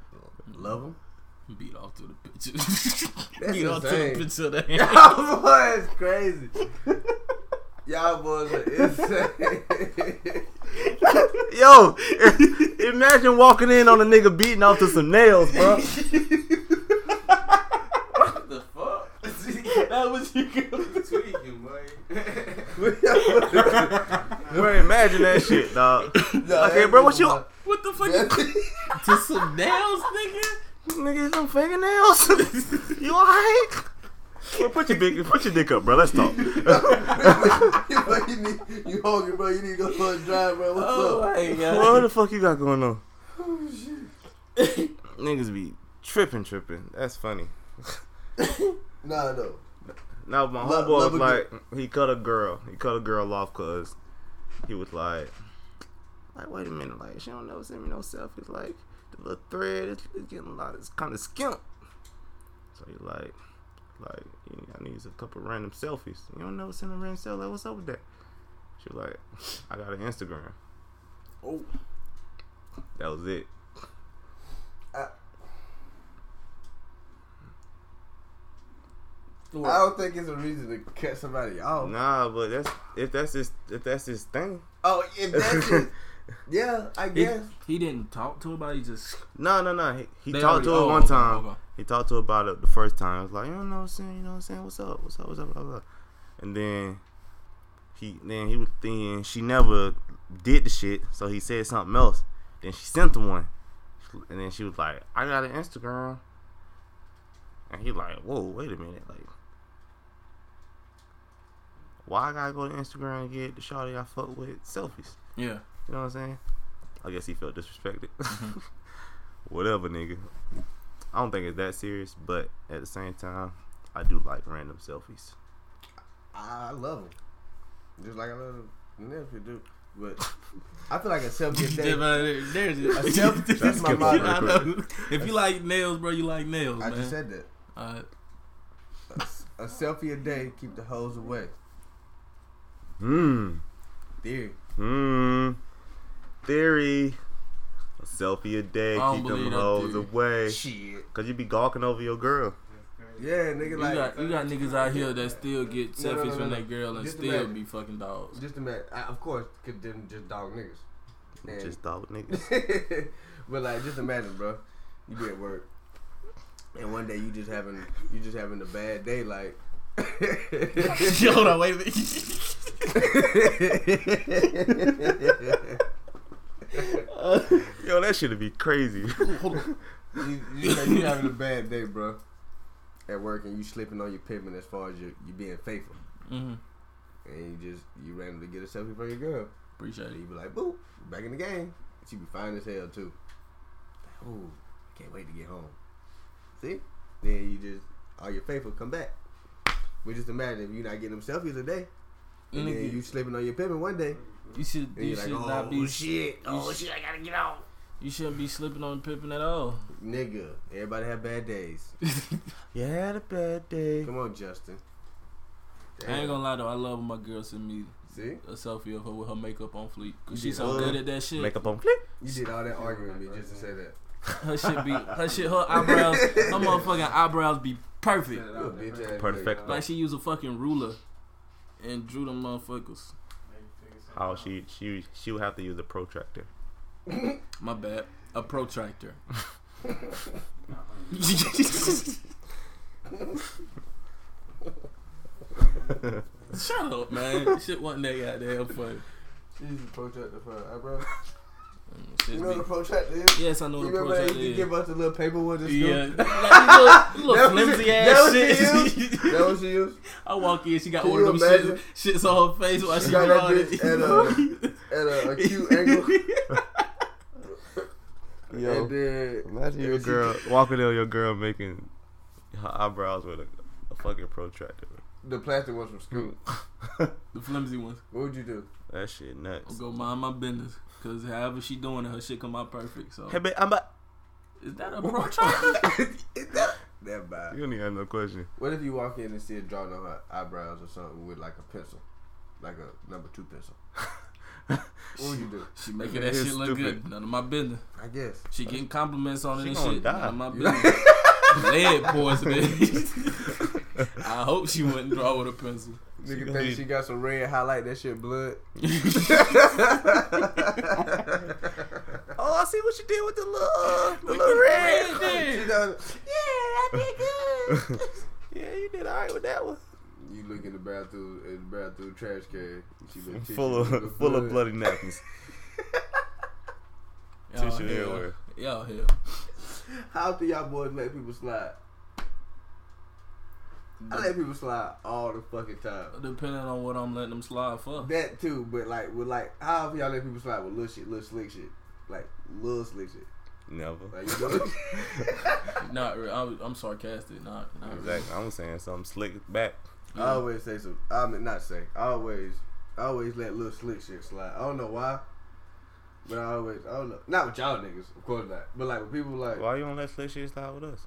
Speaker 2: Love them.
Speaker 4: Beat off to the picture.
Speaker 2: That's
Speaker 4: Beat off to the
Speaker 2: insane.
Speaker 4: picture of the
Speaker 2: Y'all boys Oh, crazy. Y'all boys are insane.
Speaker 1: Yo, imagine walking in on a nigga beating off to some nails, bro.
Speaker 4: the fuck? that was you tweaking, boy.
Speaker 1: bro, imagine that shit, dog. Okay, bro, what you-
Speaker 4: What the fuck? you- to some nails, nigga?
Speaker 1: Nigga, some fingernails. you alright? Well, put your big, put your dick up, bro. Let's talk.
Speaker 2: you, need, you hungry, bro? You need to go for a drive, bro. What's
Speaker 4: Oh
Speaker 2: up?
Speaker 4: my
Speaker 1: what
Speaker 4: god.
Speaker 1: the fuck you got going on? Niggas be tripping, tripping. That's funny.
Speaker 2: Nah, no.
Speaker 1: Now my
Speaker 2: Love-
Speaker 1: homeboy
Speaker 2: love
Speaker 1: was
Speaker 2: a
Speaker 1: like, he cut a girl. He cut a girl off because he was like, like wait a minute, like she don't never send me no selfies. Like the little thread is is getting a lot. It's kind of skimp. So he like, like you know, I need a couple random selfies. You don't never send a random selfie. Like what's up with that? She was like, I got an Instagram.
Speaker 2: Oh,
Speaker 1: That was it.
Speaker 2: I don't think it's a reason to cut somebody off.
Speaker 1: Nah, but that's if that's his if that's his thing.
Speaker 2: Oh, if that's it, yeah, I
Speaker 4: He,
Speaker 2: guess.
Speaker 4: he didn't talk to nobody. He just
Speaker 1: No, no, no. He, he
Speaker 4: They
Speaker 1: talked
Speaker 4: already-
Speaker 1: to her
Speaker 4: oh,
Speaker 1: one
Speaker 4: okay,
Speaker 1: time.
Speaker 4: okay.
Speaker 1: He talked to her about it the first time. I was like, you know what I'm saying? You know what I'm saying? What's up? What's up? What's up? Blah, blah. And then he then he was thinking she never did the shit, so he said something else. Then she sent him one, and then she was like, I got an Instagram. And he like, whoa, wait a minute, like. Why I gotta go to Instagram and get the shawty I fuck with selfies?
Speaker 4: yeah.
Speaker 1: You know what I'm saying? I guess he felt disrespected. Whatever, nigga. I don't think it's that serious, but at the same time, I do like random selfies.
Speaker 2: I love him. Just like I love the nephew, dude. But I feel like a self gift
Speaker 4: Yeah,
Speaker 2: day.
Speaker 4: but there's it.
Speaker 2: A self
Speaker 1: That's
Speaker 2: that's my
Speaker 1: good.
Speaker 2: motto.
Speaker 1: Yeah,
Speaker 4: I know. If you like nails, bro, you like nails,
Speaker 2: I
Speaker 4: man.
Speaker 2: just said that.
Speaker 4: All right.
Speaker 2: A s- A, selfie a day keep the hoes away.
Speaker 1: Hmm.
Speaker 2: Theory.
Speaker 1: Hmm. Theory. A selfie a day,
Speaker 4: I don't
Speaker 1: keep them
Speaker 4: believe that
Speaker 1: hoes
Speaker 4: theory.
Speaker 1: away.
Speaker 2: Shit.
Speaker 1: Cause you be gawking over your girl.
Speaker 2: Yeah, nigga,
Speaker 4: You
Speaker 2: like
Speaker 4: got, you got niggas out here that still get selfies
Speaker 2: No, no, no,
Speaker 4: from
Speaker 2: no.
Speaker 4: that girl and
Speaker 2: Just
Speaker 4: still
Speaker 2: imagine.
Speaker 4: be fucking dogs.
Speaker 2: just a man. I, of course, could then just dog niggas. And-
Speaker 1: Just dog niggas.
Speaker 2: but like, just imagine, bro. You be at work, and one day you just having you just having a bad day, like.
Speaker 4: Yo, hold on, wait a minute.
Speaker 1: Yo, that shit would be crazy.
Speaker 2: you, you, like, you having a bad day, bro. At work, and you slipping on your pavement as far as you you being faithful,
Speaker 4: hmm
Speaker 2: and you just you randomly get a selfie from your girl,
Speaker 4: Appreciate
Speaker 2: and you
Speaker 4: it.
Speaker 2: be like, "Boop, back in the game." She be fine as hell too. Ooh, can't wait to get home. See, then you just all your faithful come back. But just imagine if you not getting them selfies a day, and then
Speaker 4: Nigga,
Speaker 2: you slipping on your pavement one day,
Speaker 4: you should,
Speaker 2: and
Speaker 4: you
Speaker 2: you're
Speaker 4: should
Speaker 2: like, "Oh
Speaker 4: not be,
Speaker 2: shit, oh shit, I gotta get out."
Speaker 4: you shouldn't be slipping on Pippin at all.
Speaker 2: Nigga, everybody have bad days.
Speaker 1: you had a bad day.
Speaker 2: Come on, Justin.
Speaker 4: I ain't
Speaker 2: Damn.
Speaker 4: gonna lie though, I love when my girl send me
Speaker 2: See,
Speaker 4: a selfie of her with her makeup on fleek.
Speaker 2: You
Speaker 4: Cause she's
Speaker 2: did
Speaker 4: so
Speaker 2: all
Speaker 4: good
Speaker 2: that-
Speaker 4: at that shit.
Speaker 1: Makeup on flip.
Speaker 2: you did all that arguing with me just to say that.
Speaker 4: Her shit be, her shit, her eyebrows, her motherfucking eyebrows be perfect.
Speaker 2: You a bitch ass nigga.
Speaker 1: Perfect.
Speaker 4: Like she used a fucking ruler and drew them motherfuckers.
Speaker 1: How Oh, she she she would have to use a protractor.
Speaker 4: My bad. A protractor. Shut up, man. Shit wasn't that goddamn funny.
Speaker 2: She used to protractor for her eyebrow.
Speaker 4: Mm, shit
Speaker 2: You know what a
Speaker 4: be-
Speaker 2: protractor is?
Speaker 4: yes, I know
Speaker 2: You
Speaker 4: what a
Speaker 2: remember they used
Speaker 4: protractor
Speaker 2: to
Speaker 4: is.
Speaker 2: give us the little paper ones at school?
Speaker 4: Yeah, like, you look, you
Speaker 2: That
Speaker 4: look
Speaker 2: was
Speaker 4: flimsy
Speaker 2: it.
Speaker 4: ass
Speaker 2: That was
Speaker 4: shit.
Speaker 2: That what she used?
Speaker 4: I walk in, she got
Speaker 2: Can
Speaker 4: one of
Speaker 2: you
Speaker 4: them shits,
Speaker 2: imagine?
Speaker 4: shits on her face while
Speaker 2: She
Speaker 4: she
Speaker 2: got that
Speaker 4: drawing it.
Speaker 2: bitch At uh, a acute angle. And then
Speaker 1: Imagine your
Speaker 2: and she-
Speaker 1: girl walking on your girl making her eyebrows with a, a fucking protractor.
Speaker 2: The plastic ones from school.
Speaker 4: the flimsy ones.
Speaker 2: What would you do?
Speaker 1: That shit
Speaker 4: I'll
Speaker 1: nuts.
Speaker 4: go mind my business. Cause however she doing it, her shit come out perfect. So
Speaker 1: Hey, babe, I'm a-
Speaker 4: is that a protractor?
Speaker 2: Never mind.
Speaker 1: You don't even have no question.
Speaker 2: What if you walk in and see a drawing on her eyebrows or something with like a pencil? Like a number two pencil. what would you do?
Speaker 4: She making that shit look
Speaker 1: Stupid.
Speaker 4: good. None of my business.
Speaker 2: I guess.
Speaker 4: She getting compliments on it
Speaker 1: She
Speaker 4: and
Speaker 1: gonna
Speaker 4: shit.
Speaker 1: die.
Speaker 4: None of my business. Lead poisoning. I hope she wouldn't draw with a pencil.
Speaker 1: She
Speaker 2: Nigga
Speaker 1: gonna
Speaker 2: think
Speaker 1: be-
Speaker 2: she got some red highlight that shit blood.
Speaker 1: Oh, I see what you did with the little, uh, the
Speaker 2: She does.
Speaker 1: yeah, you did all right with that one.
Speaker 2: You look in the bathroom, in the bathroom trash can. She been
Speaker 1: Full of full of bloody napkins,
Speaker 4: Y'all
Speaker 1: tissue
Speaker 4: here.
Speaker 1: everywhere.
Speaker 4: Y'all here.
Speaker 2: How do y'all boys let people slide? I let people slide all the fucking time.
Speaker 4: Depending on what I'm letting them slide for.
Speaker 2: That too, but like with like how do y'all let people slide with little shit, little slick shit, like little slick shit.
Speaker 1: Never.
Speaker 2: Like you know,
Speaker 4: Not really. I'm, I'm sarcastic. Not, not really.
Speaker 1: Exactly. I'm saying something slick back.
Speaker 2: I always say some. I mean, not say. I always, I always let little slick shit slide. I don't know why, but I always, I don't know. Not with y'all niggas, of course not. But like with people like,
Speaker 1: Why you don't let slick shit slide with us?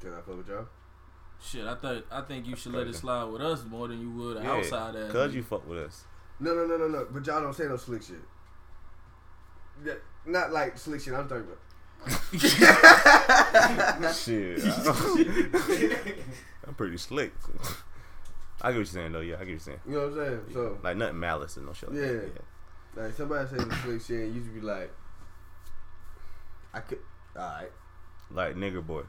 Speaker 2: can I fuck with y'all?
Speaker 4: Shit, I thought I think you should let it
Speaker 1: crazy.
Speaker 4: slide with us more than you would an outside ass.
Speaker 1: cause
Speaker 4: nigga.
Speaker 1: you fuck with us.
Speaker 2: No, no, no, no, no. But y'all don't say no slick shit. Yeah, not like slick shit. I'm talking about.
Speaker 1: Shit, I- I'm pretty slick. I get what you're saying though. Yeah, I get what you're saying.
Speaker 2: You know what I'm saying? So
Speaker 1: Like nothing malice and no shit. Like
Speaker 2: Yeah.
Speaker 1: That.
Speaker 2: like somebody say some slick shit, and you should be like, I could. All right.
Speaker 1: Like nigger boy,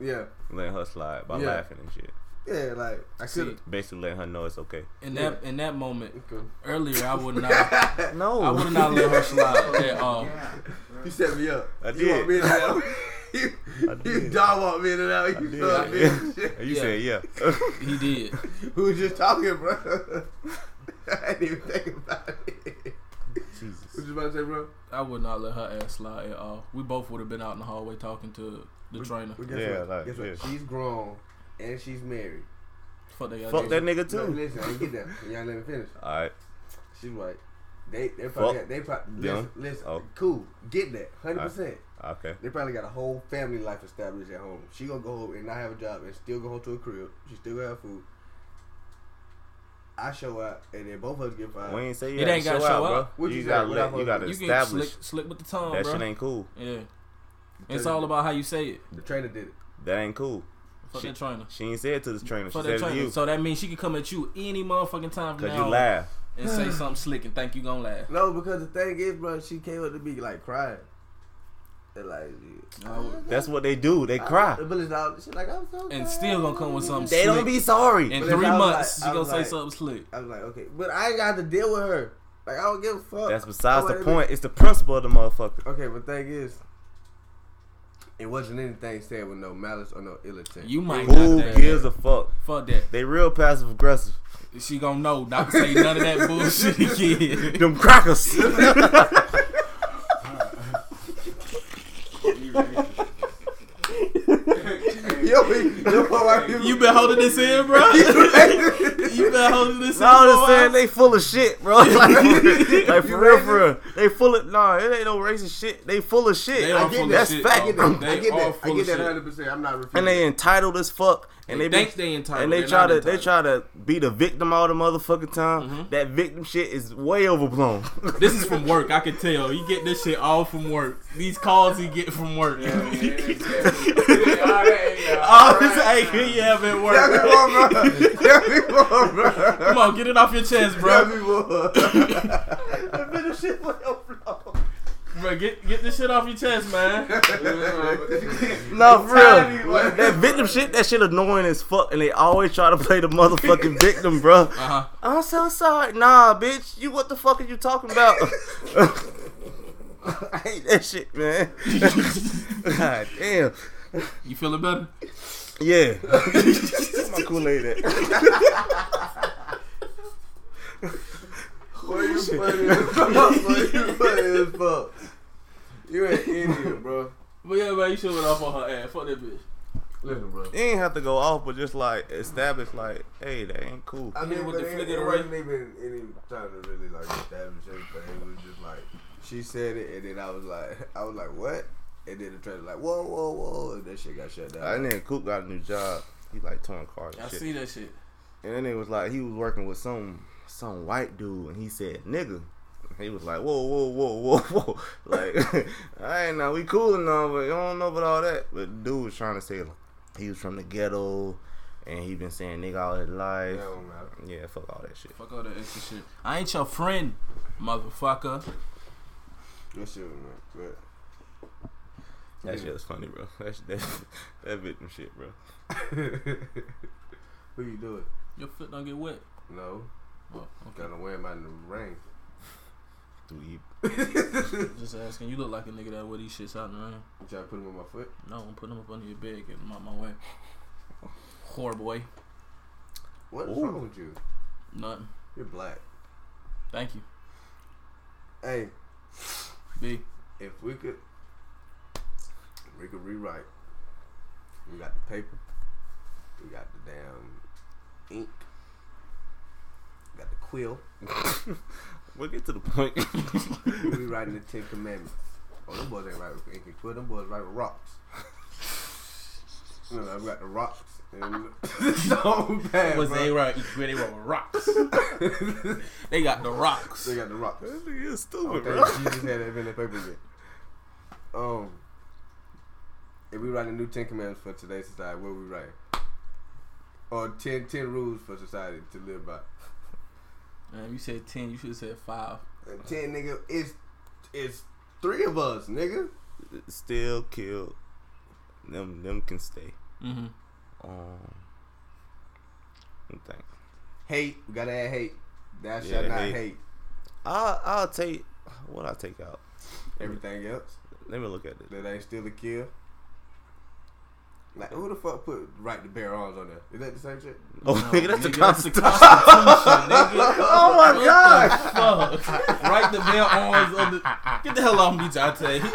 Speaker 2: Yeah.
Speaker 1: letting her slide by
Speaker 2: Yeah.
Speaker 1: laughing and shit.
Speaker 2: Yeah. Like I
Speaker 4: See,
Speaker 2: could.
Speaker 1: Basically letting her know it's okay.
Speaker 4: in that in that moment
Speaker 2: Okay.
Speaker 4: earlier, I would not
Speaker 1: No,
Speaker 4: I would not let her slide at all.
Speaker 2: You set me up.
Speaker 1: I
Speaker 2: You walked
Speaker 1: did.
Speaker 2: me in and out. you
Speaker 1: I
Speaker 2: you
Speaker 1: did.
Speaker 2: dog walked me in and out. You
Speaker 1: did.
Speaker 2: saw me and shit.
Speaker 1: And you
Speaker 4: Yeah.
Speaker 1: said yeah.
Speaker 4: He did.
Speaker 2: We were just talking, bro. I didn't even think about it.
Speaker 1: Jesus.
Speaker 2: What you about to say, bro?
Speaker 4: I would not let her ass slide at all. We both would have been out in the hallway talking to the trainer.
Speaker 2: Well, guess
Speaker 1: Yeah,
Speaker 2: what?
Speaker 1: like,
Speaker 2: guess what?
Speaker 1: yeah.
Speaker 2: She's grown and she's married.
Speaker 4: Fuck that guy.
Speaker 1: Fuck that nigga
Speaker 2: No,
Speaker 1: too.
Speaker 2: listen, I get that. Y'all let me finish.
Speaker 1: All right.
Speaker 2: She's like, they they probably
Speaker 1: Fuck
Speaker 2: got, they probably
Speaker 1: them.
Speaker 2: listen, listen
Speaker 1: Oh.
Speaker 2: cool, get that, hundred percent.
Speaker 1: Okay.
Speaker 2: They probably got a whole family life established at home. She gonna go home and not have a job and still go home to a crib. She still gonna have food. I show up and then both of us get fired.
Speaker 1: We ain't say you
Speaker 4: It
Speaker 1: gotta
Speaker 4: ain't gotta
Speaker 1: show
Speaker 4: show
Speaker 1: out,
Speaker 4: up.
Speaker 1: bro.
Speaker 2: What
Speaker 1: You
Speaker 2: you
Speaker 1: gotta
Speaker 2: say?
Speaker 1: let, you gotta
Speaker 4: You get slick,
Speaker 1: establish
Speaker 4: slick with the tongue,
Speaker 1: that
Speaker 4: bro.
Speaker 1: shit ain't cool.
Speaker 4: yeah, it's all about how you say it.
Speaker 2: the trainer did it.
Speaker 1: That ain't cool.
Speaker 4: Fuck
Speaker 1: She-
Speaker 4: that trainer.
Speaker 1: She ain't said to the trainer. She
Speaker 4: Fuck
Speaker 1: said
Speaker 4: that
Speaker 1: to
Speaker 4: trainer.
Speaker 1: you
Speaker 4: So that means she can come at you any motherfucking time from
Speaker 1: because
Speaker 4: now
Speaker 1: you
Speaker 4: on
Speaker 1: laugh.
Speaker 4: and say something slick and think you gonna laugh.
Speaker 2: No, because the thing is, bro, she came up to me like crying. And like,
Speaker 1: That's what they do. They cry.
Speaker 2: But it's all she like I'm so.
Speaker 4: And
Speaker 2: sorry."
Speaker 4: still gonna come with something
Speaker 1: They
Speaker 4: slick.
Speaker 1: don't be sorry.
Speaker 4: In
Speaker 2: But if
Speaker 4: three
Speaker 2: I was
Speaker 4: months,
Speaker 2: like- I
Speaker 4: she gonna
Speaker 2: was
Speaker 4: say
Speaker 2: like-
Speaker 4: something slick.
Speaker 2: I was like, okay, but I ain't got to deal with her. Like I don't give a fuck.
Speaker 1: That's besides the
Speaker 2: Nobody-
Speaker 1: point. It's the principle of the motherfucker.
Speaker 2: Okay, but thing is, it wasn't anything said with no malice or no ill intent.
Speaker 4: You might
Speaker 1: Who
Speaker 4: not
Speaker 1: gives a fuck?
Speaker 4: fuck that.
Speaker 1: They real passive aggressive.
Speaker 4: She gonna know not to say none of that bullshit again.
Speaker 1: Them crackers.
Speaker 2: yo, yo, why people-
Speaker 4: You been holding this in, bro. you been holding this in.
Speaker 1: No, I'm just
Speaker 4: for a
Speaker 1: saying
Speaker 4: while?
Speaker 1: they full of shit, bro. Like, like
Speaker 2: You
Speaker 1: for real,
Speaker 2: racist?
Speaker 1: for real. They full of nah. It ain't no racist shit. They full of shit.
Speaker 4: They are
Speaker 1: I get
Speaker 4: full of
Speaker 1: that's
Speaker 4: shit,
Speaker 1: fact.
Speaker 2: I get
Speaker 4: dog.
Speaker 2: that. I
Speaker 4: They
Speaker 2: get
Speaker 4: all
Speaker 2: that. I
Speaker 4: full
Speaker 2: get
Speaker 4: of
Speaker 2: that
Speaker 4: shit.
Speaker 2: 100. percent I'm not refusing.
Speaker 1: And they entitled as fuck. And
Speaker 4: They
Speaker 1: they,
Speaker 4: think
Speaker 1: be,
Speaker 4: they entitled.
Speaker 1: and they
Speaker 4: They're
Speaker 1: try
Speaker 4: not
Speaker 1: to they
Speaker 4: entitled. Mm-hmm.
Speaker 1: try to be the victim all the motherfucking time. That victim shit is way overblown.
Speaker 4: This is from work. I can tell. You get this shit all from work. These calls he get from work. all this anger you have at
Speaker 2: Tell me
Speaker 4: work.
Speaker 2: more, bro. Tell me more, bro.
Speaker 4: Come on, get it off your chest,
Speaker 2: Tell
Speaker 4: bro.
Speaker 2: me more. I've been a shit way overflow.
Speaker 4: Bro, get get this shit off your chest, man.
Speaker 1: no, for real.
Speaker 2: like-
Speaker 1: That victim shit, that shit annoying as fuck, and they always try to play the motherfucking victim, bro.
Speaker 4: Uh-huh.
Speaker 1: I'm so sorry. Nah, bitch. You what the fuck are you talking about? I hate that shit, man. God damn.
Speaker 4: You feeling better?
Speaker 1: Yeah. That's my Kool Aid.
Speaker 2: Boy, you funny as fuck. Boy, you funny as fuck. You an idiot, bro.
Speaker 4: But yeah, man, you should went off on her ass. Fuck that bitch.
Speaker 2: Listen, bro.
Speaker 1: You ain't have to go off, but just like establish, like, hey, that ain't cool.
Speaker 2: I mean,
Speaker 4: with
Speaker 2: but
Speaker 4: the
Speaker 2: it,
Speaker 4: flick
Speaker 2: it,
Speaker 4: of the
Speaker 2: wasn't even any time to really like establish anything. It was just like she said it, and then I was like, I was like, what? And then the trailer like, whoa, whoa, whoa, and that shit got shut down.
Speaker 1: That nigga Coop got a new job. He like touring cars
Speaker 4: I
Speaker 1: and shit.
Speaker 4: see that shit.
Speaker 1: And then it was like he was working with some some white dude, and he said nigga. He was like, whoa, whoa, whoa, whoa, whoa. Like, I ain't know, we cool and all, but you don't know about all that. But the dude was trying to say like, he was from the ghetto, and he been saying nigga all his
Speaker 2: That
Speaker 1: life.
Speaker 2: don't matter.
Speaker 1: Yeah, fuck all that shit.
Speaker 4: Fuck all that extra shit. I ain't your friend, motherfucker.
Speaker 2: That shit was man. But
Speaker 1: That shit was funny, bro. That shit, that, that victim shit, bro.
Speaker 2: who you doing?
Speaker 4: Your foot don't get wet.
Speaker 2: No,
Speaker 4: Oh, okay.
Speaker 2: gotta wear my new ring.
Speaker 1: Do you
Speaker 4: Just asking. You look like a nigga that wear these shits out in the rain.
Speaker 2: You try to put him on my foot?
Speaker 4: No, I'm putting them up under your bed, getting them out my way. Whore boy.
Speaker 2: What's
Speaker 1: Ooh.
Speaker 2: wrong with you?
Speaker 4: Nothing.
Speaker 2: You're black.
Speaker 4: Thank you.
Speaker 2: Hey,
Speaker 4: B.
Speaker 2: if we could, we could rewrite. We got the paper. We got the damn ink. We got the quill.
Speaker 1: We'll get to the point.
Speaker 2: We rewriting the Ten Commandments. Oh, them boys ain't right with ink and quill. Them boys right with rocks. No, no, we got the rocks. And so bad,
Speaker 4: Was they
Speaker 2: bro.
Speaker 4: right? Where they were with rocks. they got the rocks.
Speaker 2: They got the rocks.
Speaker 1: That nigga is stupid,
Speaker 2: Okay,
Speaker 1: bro.
Speaker 2: Jesus had it in the paper yet. Um, if we write a new Ten Commandments for today's society, what we write? Or 10, 10 rules for society to live by.
Speaker 4: Man, you said ten. You should have said five.
Speaker 2: And ten, nigga, it's it's three of us, nigga.
Speaker 1: Still killed. Them them can stay.
Speaker 4: Mm-hmm.
Speaker 1: Um, let me think.
Speaker 2: Hate, we gotta add hate. Thou
Speaker 1: Yeah,
Speaker 2: shalt not
Speaker 1: hate.
Speaker 2: hate.
Speaker 1: I'll I'll take what I take out.
Speaker 2: Everything else
Speaker 1: Let me look at it.
Speaker 2: that ain't still a kill. Like, who the fuck put right to bear arms on there? Is that the same shit?
Speaker 1: Oh, nigga, that's the
Speaker 4: nigga, that's the
Speaker 1: Constitution.
Speaker 2: oh my god!
Speaker 4: Fuck. right the bell arms on the. Get the hell off me, Jante.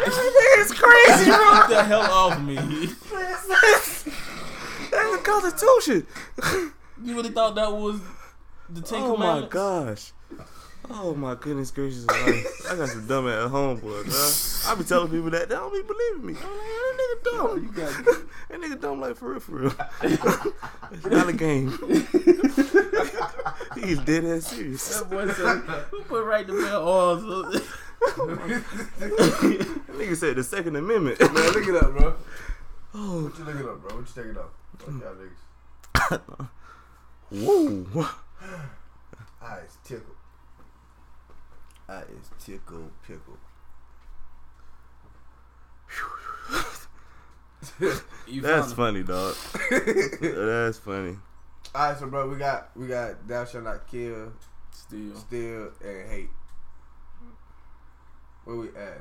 Speaker 1: It's crazy, bro.
Speaker 4: Get the hell off me.
Speaker 1: That's the Constitution.
Speaker 4: You really thought that was the Ten
Speaker 1: Oh my gosh.
Speaker 4: Commandments?
Speaker 1: Oh my goodness gracious! alive. I got some dumb at home, boy. bruh. I be telling people that they don't be believing me. I'm like, that nigga dumb. that nigga dumb like for real, for real. it's not a game. He's dead ass serious.
Speaker 4: That boy said, "Who put right the bell arms?" on-"
Speaker 1: That nigga said the Second Amendment.
Speaker 2: Man, look it up, bro.
Speaker 1: Oh, hmm.
Speaker 2: What you looking up, bro? What you taking up? Fuck y'all niggas.
Speaker 1: whoa.
Speaker 2: I is tickled. I is tickled pickle.
Speaker 4: You
Speaker 1: That's
Speaker 4: found
Speaker 1: funny, dog. That's funny.
Speaker 2: All right, so bro, we got we got thou shalt not kill,
Speaker 4: it.
Speaker 2: Oh.
Speaker 4: Still.
Speaker 2: steal, and hate. Where we at?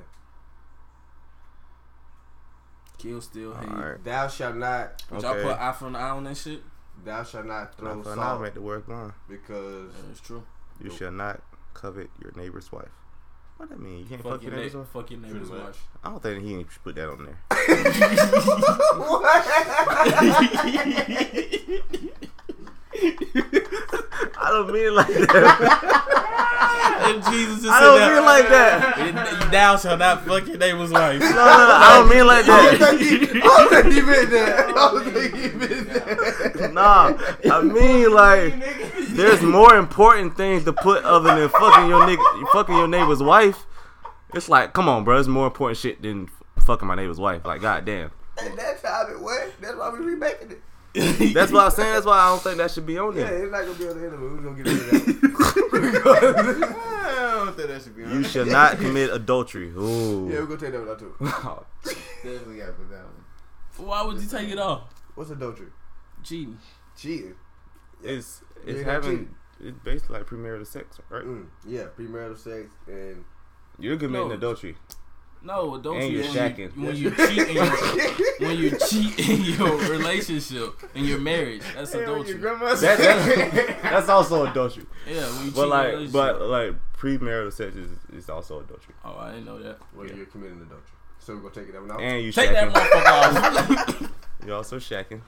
Speaker 4: Kill, still
Speaker 1: All
Speaker 4: hate.
Speaker 1: right.
Speaker 2: Thou shalt not,
Speaker 4: Did y'all
Speaker 1: Okay.
Speaker 4: put eye for an eye on that shit?
Speaker 2: thou shalt not
Speaker 1: Now
Speaker 2: throw
Speaker 1: for now, I'm
Speaker 2: salt
Speaker 1: at the work line.
Speaker 2: because
Speaker 4: That's true.
Speaker 1: You shall not covet your neighbor's wife. What that mean? You can't
Speaker 4: Fuck,
Speaker 1: fuck,
Speaker 4: your
Speaker 1: your neighbor's
Speaker 4: neighbor.
Speaker 1: wife?
Speaker 4: Fuck your neighbor's
Speaker 2: much.
Speaker 4: wife.
Speaker 1: I don't think he ain't put that on there. I don't mean it like that.
Speaker 4: If Jesus is
Speaker 1: I don't mean it like that.
Speaker 4: Thou shalt not fuck your neighbor's wife.
Speaker 1: No, no, no, I don't mean it like that.
Speaker 2: I don't think he meant that. I don't think he meant that.
Speaker 1: Nah, I mean like there's more important things to put other than fucking your nigga, fucking your neighbor's wife. It's like, come on, bro, it's more important shit than fucking my neighbor's wife. Like, goddamn.
Speaker 2: And that's how it went. That's why we remaking it.
Speaker 1: That's what I'm saying. That's why I don't think that should be on
Speaker 2: Yeah,
Speaker 1: there.
Speaker 2: it's not gonna be on the end of it. We're gonna get rid of that. I don't think that should be on
Speaker 1: You
Speaker 2: there.
Speaker 1: shall not commit adultery.
Speaker 2: Yeah, we're
Speaker 1: Ooh.
Speaker 2: gonna take that one out too. Definitely gotta put that one.
Speaker 4: Why would you take it off?
Speaker 2: What's adultery?
Speaker 4: Cheating.
Speaker 2: Cheating.
Speaker 1: It's
Speaker 2: Yeah,
Speaker 1: it's
Speaker 2: that
Speaker 1: having
Speaker 2: cheating.
Speaker 1: it's basically like premarital sex, right?
Speaker 2: Mm, yeah, premarital sex and
Speaker 1: You're committing
Speaker 4: No.
Speaker 1: adultery.
Speaker 4: No, adultery.
Speaker 1: And you're
Speaker 4: when
Speaker 1: shacking.
Speaker 4: You, when you cheat in your, when you cheat in your relationship in your marriage, that's adultery.
Speaker 2: grandma's.
Speaker 1: That, that's, that's also adultery.
Speaker 4: yeah, when you cheat
Speaker 1: But
Speaker 4: in your
Speaker 1: like, but
Speaker 4: relationship.
Speaker 1: like premarital sex is, is also adultery.
Speaker 4: oh, I didn't know that.
Speaker 2: well, you're committing adultery, so we're gonna take that one out.
Speaker 1: And you
Speaker 4: Take that
Speaker 1: shacking.
Speaker 4: motherfucker off.
Speaker 1: you also shacking.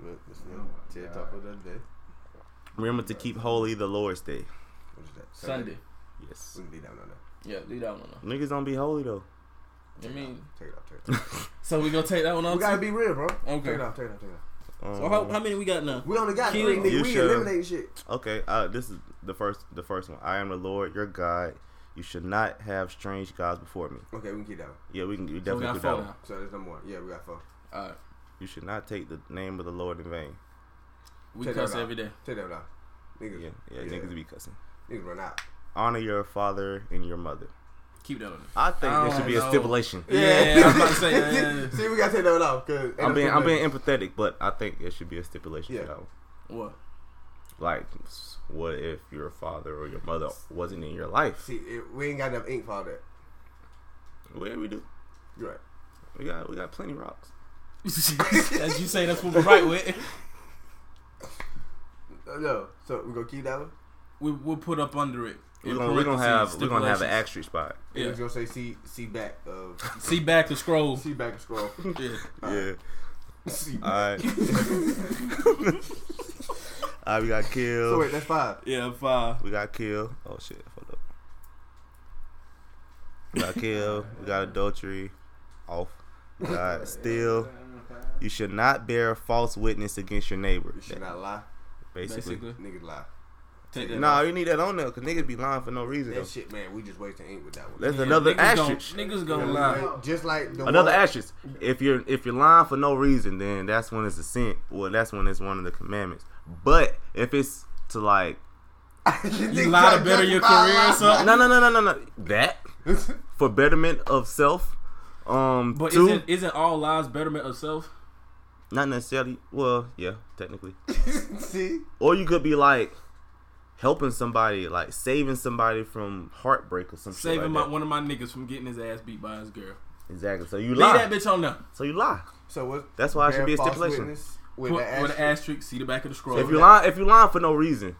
Speaker 2: Look, this
Speaker 4: Oh
Speaker 2: is TED talk of the day.
Speaker 1: Remember to keep holy the Lord's day.
Speaker 2: What is that?
Speaker 4: Sunday.
Speaker 1: Yes.
Speaker 2: We can leave that one on there.
Speaker 4: Yeah, leave that one off.
Speaker 1: Niggas don't be holy though.
Speaker 4: I mean,
Speaker 2: Take it off. Take it off.
Speaker 4: so we gonna take that one off.
Speaker 2: we gotta
Speaker 4: too?
Speaker 2: be real, bro.
Speaker 4: Okay.
Speaker 2: Take it off. Take it off. Take it off.
Speaker 1: Um,
Speaker 4: So how, how many we got now?
Speaker 2: We only got
Speaker 4: Kill
Speaker 2: three.
Speaker 4: you.
Speaker 2: Nigga,
Speaker 1: You
Speaker 2: we
Speaker 1: should.
Speaker 2: eliminating shit.
Speaker 1: okay, uh, this is the first the first one. I am the Lord your God. You should not have strange gods before me.
Speaker 2: Okay, we can keep that one.
Speaker 1: Yeah, we can we
Speaker 4: So we
Speaker 1: definitely
Speaker 4: got
Speaker 1: do
Speaker 4: four
Speaker 1: that. One.
Speaker 4: now.
Speaker 2: So there's no more. Yeah, we got four.
Speaker 4: All right,
Speaker 1: You should not take the name of the Lord in vain.
Speaker 4: we
Speaker 2: Take that
Speaker 4: cuss
Speaker 2: one out.
Speaker 4: every day.
Speaker 2: Take that one out. Niggas.
Speaker 1: Yeah, yeah, niggas be cussing.
Speaker 2: Niggas run out.
Speaker 1: Honor your father and your mother.
Speaker 4: Keep that on. there.
Speaker 1: I think
Speaker 4: I
Speaker 1: there should
Speaker 4: don't
Speaker 1: be
Speaker 4: know.
Speaker 1: a stipulation.
Speaker 4: Yeah, I was about to say, yeah, yeah, yeah.
Speaker 2: See, we gotta take that one off. Cause
Speaker 1: I'm being I'm being empathetic, but I think there should be a stipulation
Speaker 2: Yeah.
Speaker 1: for that one.
Speaker 4: What?
Speaker 1: Like, s- what if your father or your mother wasn't in your life?
Speaker 2: See, it, we ain't got enough ink for all that.
Speaker 1: Where we do?
Speaker 2: You're right.
Speaker 1: We got we got plenty rocks.
Speaker 4: As you say, that's what we're right with.
Speaker 2: Uh, no, so we gonna keep that one.
Speaker 4: We we'll put up under it.
Speaker 1: We're
Speaker 4: In
Speaker 1: gonna, we gonna
Speaker 4: parentheses,
Speaker 1: have we're gonna have an
Speaker 4: stipulations.
Speaker 1: extra spot.
Speaker 2: Yeah.
Speaker 4: Yeah.
Speaker 2: It's gonna say see see back of
Speaker 4: See back and scroll.
Speaker 2: see back of scroll.
Speaker 4: Yeah.
Speaker 1: Yeah.
Speaker 2: see
Speaker 1: All
Speaker 2: back.
Speaker 1: right. All right. We got kill.
Speaker 2: So wait, that's five.
Speaker 4: Yeah, uh, five.
Speaker 1: We got kill. Oh shit, hold up. We got kill. we got adultery. Off. We got steal. You should not bear false witness against your neighbor.
Speaker 2: You should not lie.
Speaker 1: basically.
Speaker 4: Basically.
Speaker 2: Niggas lie.
Speaker 4: Take that.
Speaker 1: Nah, you need that on there because niggas be lying for no reason.
Speaker 2: That
Speaker 1: Though.
Speaker 2: shit, man. We just wasting ink with that one.
Speaker 1: That's
Speaker 4: Yeah,
Speaker 1: another
Speaker 4: niggas
Speaker 1: asterisk.
Speaker 4: Gonna, niggas gonna lie.
Speaker 2: Just like the
Speaker 1: Another
Speaker 2: one,
Speaker 1: asterisk. If you're if you're lying for no reason, then that's when it's a sin. Well, that's when it's one of the commandments. But if it's to like
Speaker 4: You lie to better your career or something.
Speaker 1: no no no no no no that for betterment of self, um,
Speaker 4: But
Speaker 1: two,
Speaker 4: isn't isn't all lies betterment of self?
Speaker 1: not necessarily. Well, yeah, technically.
Speaker 2: See,
Speaker 1: Or you could be like helping somebody, like saving somebody from heartbreak or some
Speaker 4: Saving
Speaker 1: shit
Speaker 4: my
Speaker 1: like that.
Speaker 4: one of my niggas from getting his ass beat by his girl.
Speaker 1: Exactly. So you
Speaker 4: Leave
Speaker 1: lie.
Speaker 4: that bitch on there.
Speaker 1: So you lie.
Speaker 2: So what?
Speaker 1: That's why it should
Speaker 2: bear
Speaker 1: be a
Speaker 2: false
Speaker 1: stipulation.
Speaker 2: witness
Speaker 4: Put,
Speaker 2: With
Speaker 4: with
Speaker 2: an
Speaker 4: an
Speaker 2: asterisk,
Speaker 4: asterisk, see the back of the scroll.
Speaker 1: If
Speaker 2: So
Speaker 1: you
Speaker 2: that-
Speaker 1: lying, if you lying for no reason,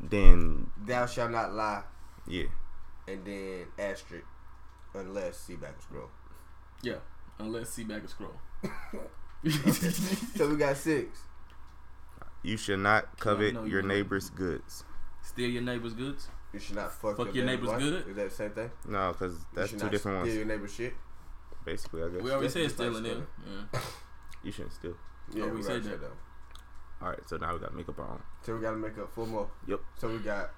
Speaker 1: then
Speaker 2: thou shalt not lie,
Speaker 1: yeah,
Speaker 2: and then asterisk, unless see back and scroll.
Speaker 4: yeah, unless see back of scroll.
Speaker 2: so we got six.
Speaker 1: you should not covet
Speaker 4: no, you
Speaker 1: your
Speaker 4: don't.
Speaker 1: neighbor's goods.
Speaker 4: Steal your neighbor's goods.
Speaker 2: You should not fuck,
Speaker 4: Fuck your neighbor's
Speaker 2: wife.
Speaker 4: good?
Speaker 2: Is that the same thing?
Speaker 1: No, because that's
Speaker 2: you should
Speaker 1: two
Speaker 2: not
Speaker 1: different
Speaker 2: steal
Speaker 1: ones.
Speaker 2: your neighbor's shit.
Speaker 4: Oh,
Speaker 1: Basically, I guess
Speaker 4: We already
Speaker 2: That's
Speaker 4: said
Speaker 2: just like
Speaker 4: stealing it.
Speaker 2: stealing.
Speaker 4: Yeah.
Speaker 1: you shouldn't steal.
Speaker 2: Yeah,
Speaker 4: we
Speaker 2: we
Speaker 4: said
Speaker 2: said
Speaker 4: that.
Speaker 2: that though.
Speaker 1: All right, so now we got to make up our own.
Speaker 2: So we gotta make up four more.
Speaker 1: Yep.
Speaker 2: So we got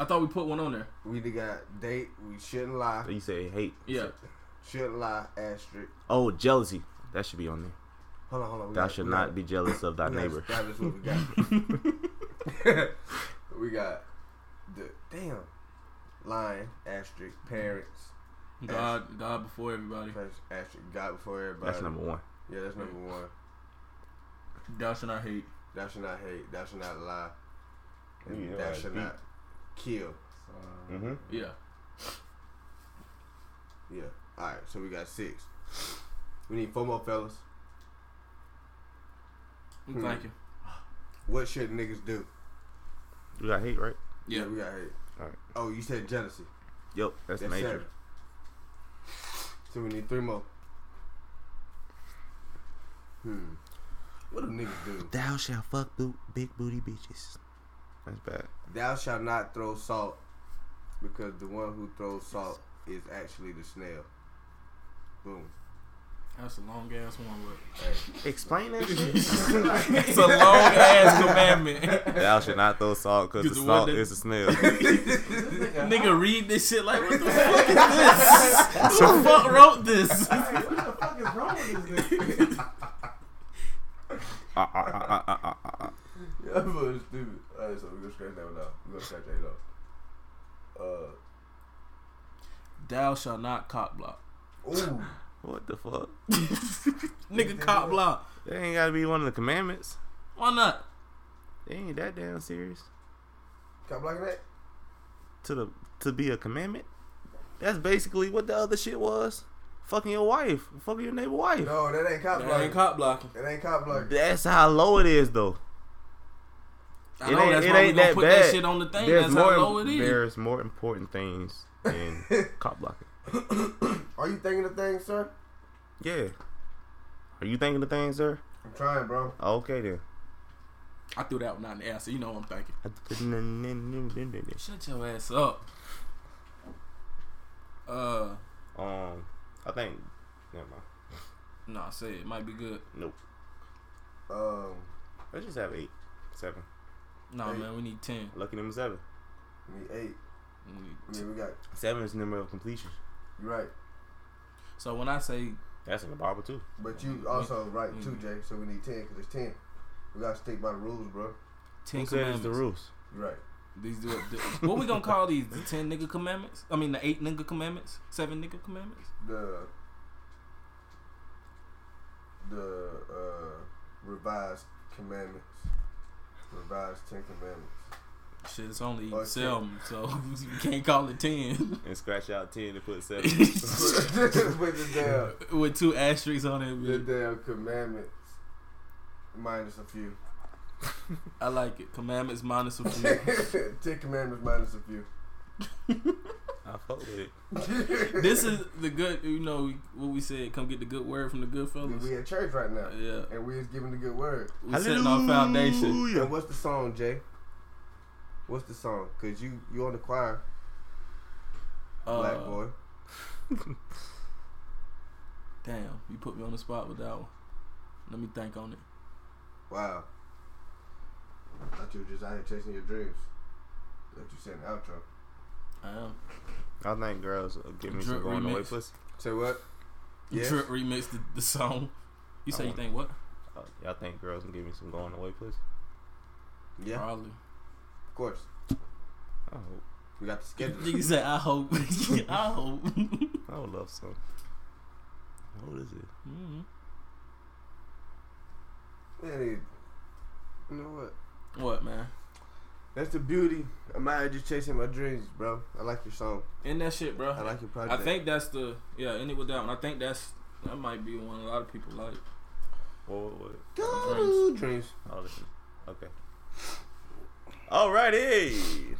Speaker 4: I thought we put one on there.
Speaker 2: we done got date. We shouldn't lie.
Speaker 1: So you say hate.
Speaker 4: Yeah.
Speaker 2: Shouldn't lie. Asterisk.
Speaker 1: Oh, jealousy. That should be on there.
Speaker 2: Hold on, hold on. we
Speaker 1: Thou
Speaker 2: got-
Speaker 1: should
Speaker 2: we got-
Speaker 1: not be jealous of thy
Speaker 2: we gotta
Speaker 1: neighbor.
Speaker 2: Establish what we got. we got the damn lying asterisk parents
Speaker 4: God, God before everybody.
Speaker 2: first asterisk God before everybody.
Speaker 1: That's number one.
Speaker 2: Yeah, that's number one.
Speaker 4: Thou shalt not hate.
Speaker 2: Thou should not hate. Thou should not lie. And
Speaker 1: Yeah,
Speaker 2: thou
Speaker 1: like
Speaker 2: should
Speaker 1: beat.
Speaker 2: not kill.
Speaker 1: Mm-hmm.
Speaker 4: Yeah.
Speaker 2: Yeah. All right. So we got six. We need four more fellas.
Speaker 4: I'm
Speaker 2: Hmm.
Speaker 4: thinking.
Speaker 2: What should niggas do?
Speaker 1: You got hate, right?
Speaker 4: Yeah.
Speaker 2: we got hate.
Speaker 1: All right.
Speaker 2: Oh, you said jealousy.
Speaker 1: Yep, that's,
Speaker 2: That's
Speaker 1: major.
Speaker 2: seven. So we need three more. Hmm. What do niggas do?
Speaker 1: Thou shalt fuck boot, big booty bitches. That's bad.
Speaker 2: Thou shalt not throw salt, because the one who throws salt is actually the snail. Boom.
Speaker 4: That's a long ass one. But
Speaker 1: Explain that shit.
Speaker 4: it's a long ass commandment.
Speaker 1: Thou shalt not throw salt because the
Speaker 4: Cause the one
Speaker 1: salt
Speaker 4: that-
Speaker 1: is a snail.
Speaker 4: Nigga, read this shit like what the fuck is this? Who the fuck wrote this?
Speaker 1: Ah, ah, ah, ah, ah, ah, ah.
Speaker 2: Yeah, I'm fucking stupid. Alright, so we gonna scratch that one out. We gonna scratch that out. Uh.
Speaker 4: Thou shalt not cock block.
Speaker 2: Uh, Ooh.
Speaker 1: What the fuck?
Speaker 4: Nigga, cock block.
Speaker 1: That ain't gotta be one of the commandments.
Speaker 4: Why not?
Speaker 1: They ain't that damn serious.
Speaker 2: Cop like that?
Speaker 1: To the to be a commandment. That's basically what the other shit was. Fucking your wife, fucking your neighbor wife.
Speaker 2: No, that ain't cop
Speaker 4: That
Speaker 2: like.
Speaker 4: ain't cock blocking.
Speaker 2: It ain't cop like.
Speaker 1: That's how low it is, though.
Speaker 4: I know that's why we gonna put that shit on the thing.
Speaker 1: There's
Speaker 4: that's
Speaker 1: more,
Speaker 4: how low it is.
Speaker 1: There's more important things than cop blocking.
Speaker 2: Are you thinking of things, sir?
Speaker 1: Yeah. Are you thinking of things, sir?
Speaker 2: I'm trying, bro.
Speaker 1: Okay then.
Speaker 4: I threw that one out in the air, so you know what I'm thinking.
Speaker 1: Um,
Speaker 4: Shut your ass up. Uh,
Speaker 1: I think. Never mind.
Speaker 4: nah, say it. Might be good.
Speaker 1: Nope.
Speaker 2: Um,
Speaker 1: Let's just have eight, seven.
Speaker 4: Nah,
Speaker 2: Hey.
Speaker 4: man, we need ten.
Speaker 1: Lucky number seven.
Speaker 2: we need eight.
Speaker 4: We need
Speaker 2: I
Speaker 4: 10.
Speaker 2: mean, we got.
Speaker 1: Seven is the number of completion.
Speaker 2: You right,
Speaker 4: So when I say
Speaker 1: That's in the Bible too.
Speaker 2: but you also right too,
Speaker 4: Mm.
Speaker 2: Jay. So we need ten because it's ten. We gotta stick by the rules, bro.
Speaker 4: ten
Speaker 1: Who says
Speaker 4: commandments,
Speaker 1: the rules?
Speaker 2: You right.
Speaker 4: these do the, what we gonna call these? The ten nigga commandments? I mean, the eight nigga commandments, seven nigga commandments.
Speaker 2: The the uh, revised commandments, revised ten commandments.
Speaker 4: Shit, it's only
Speaker 2: Oh, shit.
Speaker 4: seven, so you can't call it ten.
Speaker 1: And scratch out ten and put seven.
Speaker 2: With the
Speaker 4: With two asterisks on it,
Speaker 2: damn, the
Speaker 4: bitch.
Speaker 2: damn commandments, minus a few.
Speaker 4: I like it. Commandments minus a few.
Speaker 2: ten commandments minus a few.
Speaker 1: I fuck with it.
Speaker 4: this is the good, you know, what we said. Come get the good word from the good fellas.
Speaker 2: We at church right now,
Speaker 4: Yeah,
Speaker 2: and we is giving the good word.
Speaker 4: we setting our foundation.
Speaker 2: And what's the song, Jay? What's the song? Cause you you on the choir, black
Speaker 4: Uh,
Speaker 2: boy.
Speaker 4: Damn, you put me on the spot with that one. Let me think on it.
Speaker 2: Wow. I thought you were just out here chasing your dreams. That you said in the outro.
Speaker 4: I am.
Speaker 1: I think girls will give me some
Speaker 4: Drip
Speaker 1: going away
Speaker 4: remix.
Speaker 1: pussy.
Speaker 2: Say what?
Speaker 4: You
Speaker 2: Yes.
Speaker 4: Trip remixed the, the song. You
Speaker 1: I
Speaker 4: say you
Speaker 1: want-
Speaker 4: think what?
Speaker 1: Uh, y'all think girls can give me some going away pussy?
Speaker 2: Yeah,
Speaker 4: Probably.
Speaker 2: of course.
Speaker 1: I hope.
Speaker 2: We got the schedule.
Speaker 4: You said I hope. I hope.
Speaker 1: I would love some. What is it?
Speaker 4: Mhm.
Speaker 2: Man, you know what?
Speaker 4: What man?
Speaker 2: That's the beauty. I'm out here just chasing my dreams, bro. I like your song.
Speaker 4: In that shit, bro.
Speaker 2: I like your
Speaker 4: I
Speaker 2: project.
Speaker 4: think that's the yeah. End it with that one. I think that's that might be one a lot of people like.
Speaker 1: What, what, what?
Speaker 2: Go
Speaker 4: Dreams.
Speaker 2: dreams. dreams.
Speaker 1: Oh, this is- okay. Alrighty.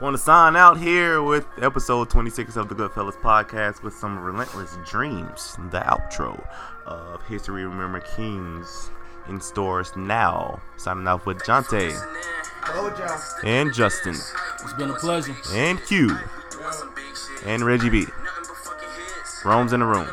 Speaker 1: Going to sign out here with episode 26 of the Goodfellas podcast with some relentless dreams. The outro of History Remember Kings in stores now. Signing off with Jonte
Speaker 2: Told y'all.
Speaker 1: and Justin
Speaker 4: It's been a pleasure.
Speaker 1: and Q and Reggie B. Rome's in the room.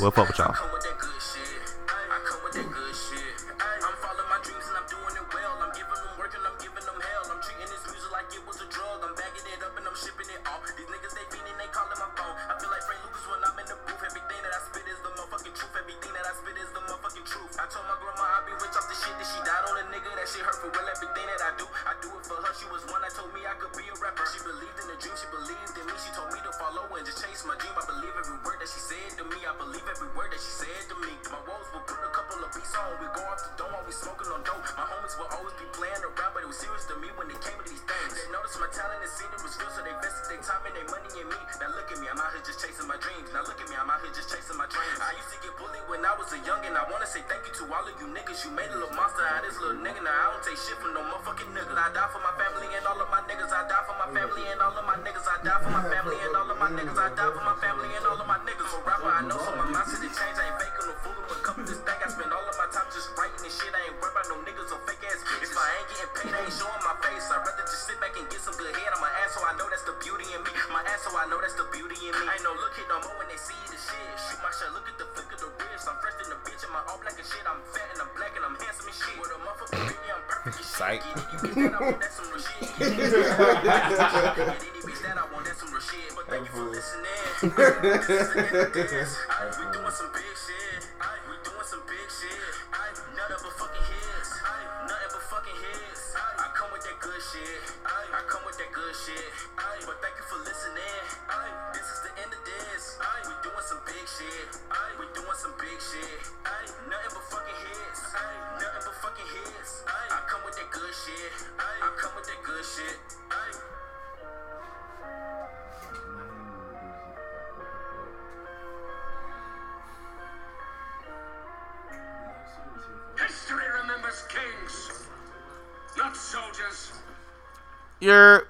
Speaker 1: We'll fuck with y'all.
Speaker 6: I come with that good shit. I come with that good shit. I'm following my dreams and I'm doing it well. I'm giving them work and I'm giving them hell. I'm treating this music like it was a drug. I'm bagging it up and I'm shipping it off. These niggas they fiending, they calling my phone. I feel like Frank Lucas when I'm in the booth. Everything that I spit is the motherfucking truth. Everything that I spit is the motherfucking truth. I told my grandma I be rich off the shit that she died on a nigga. That shit hurt for well everything that I do. I do it for her. She was one that told me I could be a rapper. She believed in the dream. She believed in me. She told me to follow and just chase my dream. I believe every word that she said to me. I believe every word that she said to me. My walls will put a couple of beats on. We go off the dome, always smoking on dope. My homies will always be playing around, but it was serious to me when it came to these things. They noticed my talent and seen it was real, so they invested their time and their money in me. Now look at me, I'm out here just chasing my dreams. Now look at me, I'm out here just chasing my dreams. I used to get bullied when I was a young, and I wanna say thank you to all of you niggas. You made a little monster out of this little nigga. Now I don't take shit from no motherfucking niggas. I die for my family and all of my niggas. I die for my family and all of my niggas. I die for my family and all of my niggas. I die for my family and all of my niggas. I'm a rapper, I know, so my mindset it changed. I ain't faking no fool when it comes to this thing. I spend all of my time just writing and shit. I ain't worried about no niggas or fake ass bitches. If I ain't getting paid, I ain't showing my face. I'd rather just sit back and get some good head on my ass, so I know that's the beauty in me. My ass, so I know that's the beauty in me. Ain't no look hit no more when they see the shit. Shoot my shot, look at the flick of the wrist. I'm fresh in the bitch, and my all black and shit. I'm fat and I'm black and I'm handsome and shit. With a motherfucker, baby, I'm perfect as shit.
Speaker 1: Psych.
Speaker 6: Get it, you get that, I want that some real shit. Get it, you get that, I want that some real shit. But thank you for listening. Aye, we doing some big shit. Aye, we doing some big shit. Aye, nothing but fucking hits. Aye, nothing but fucking hits. Aye, I come with that good shit. Aye, I come with that good shit. Aye, but thank you for listening. Aye, this is the end of this. Aye, we doing some big shit. Aye, we doing some big shit. Aye, nothing but fucking hits. Aye, nothing but fucking hits. Aye, I come with that good shit. Aye, I come with that good shit. Aye.
Speaker 7: History remembers kings, not soldiers.
Speaker 1: You're.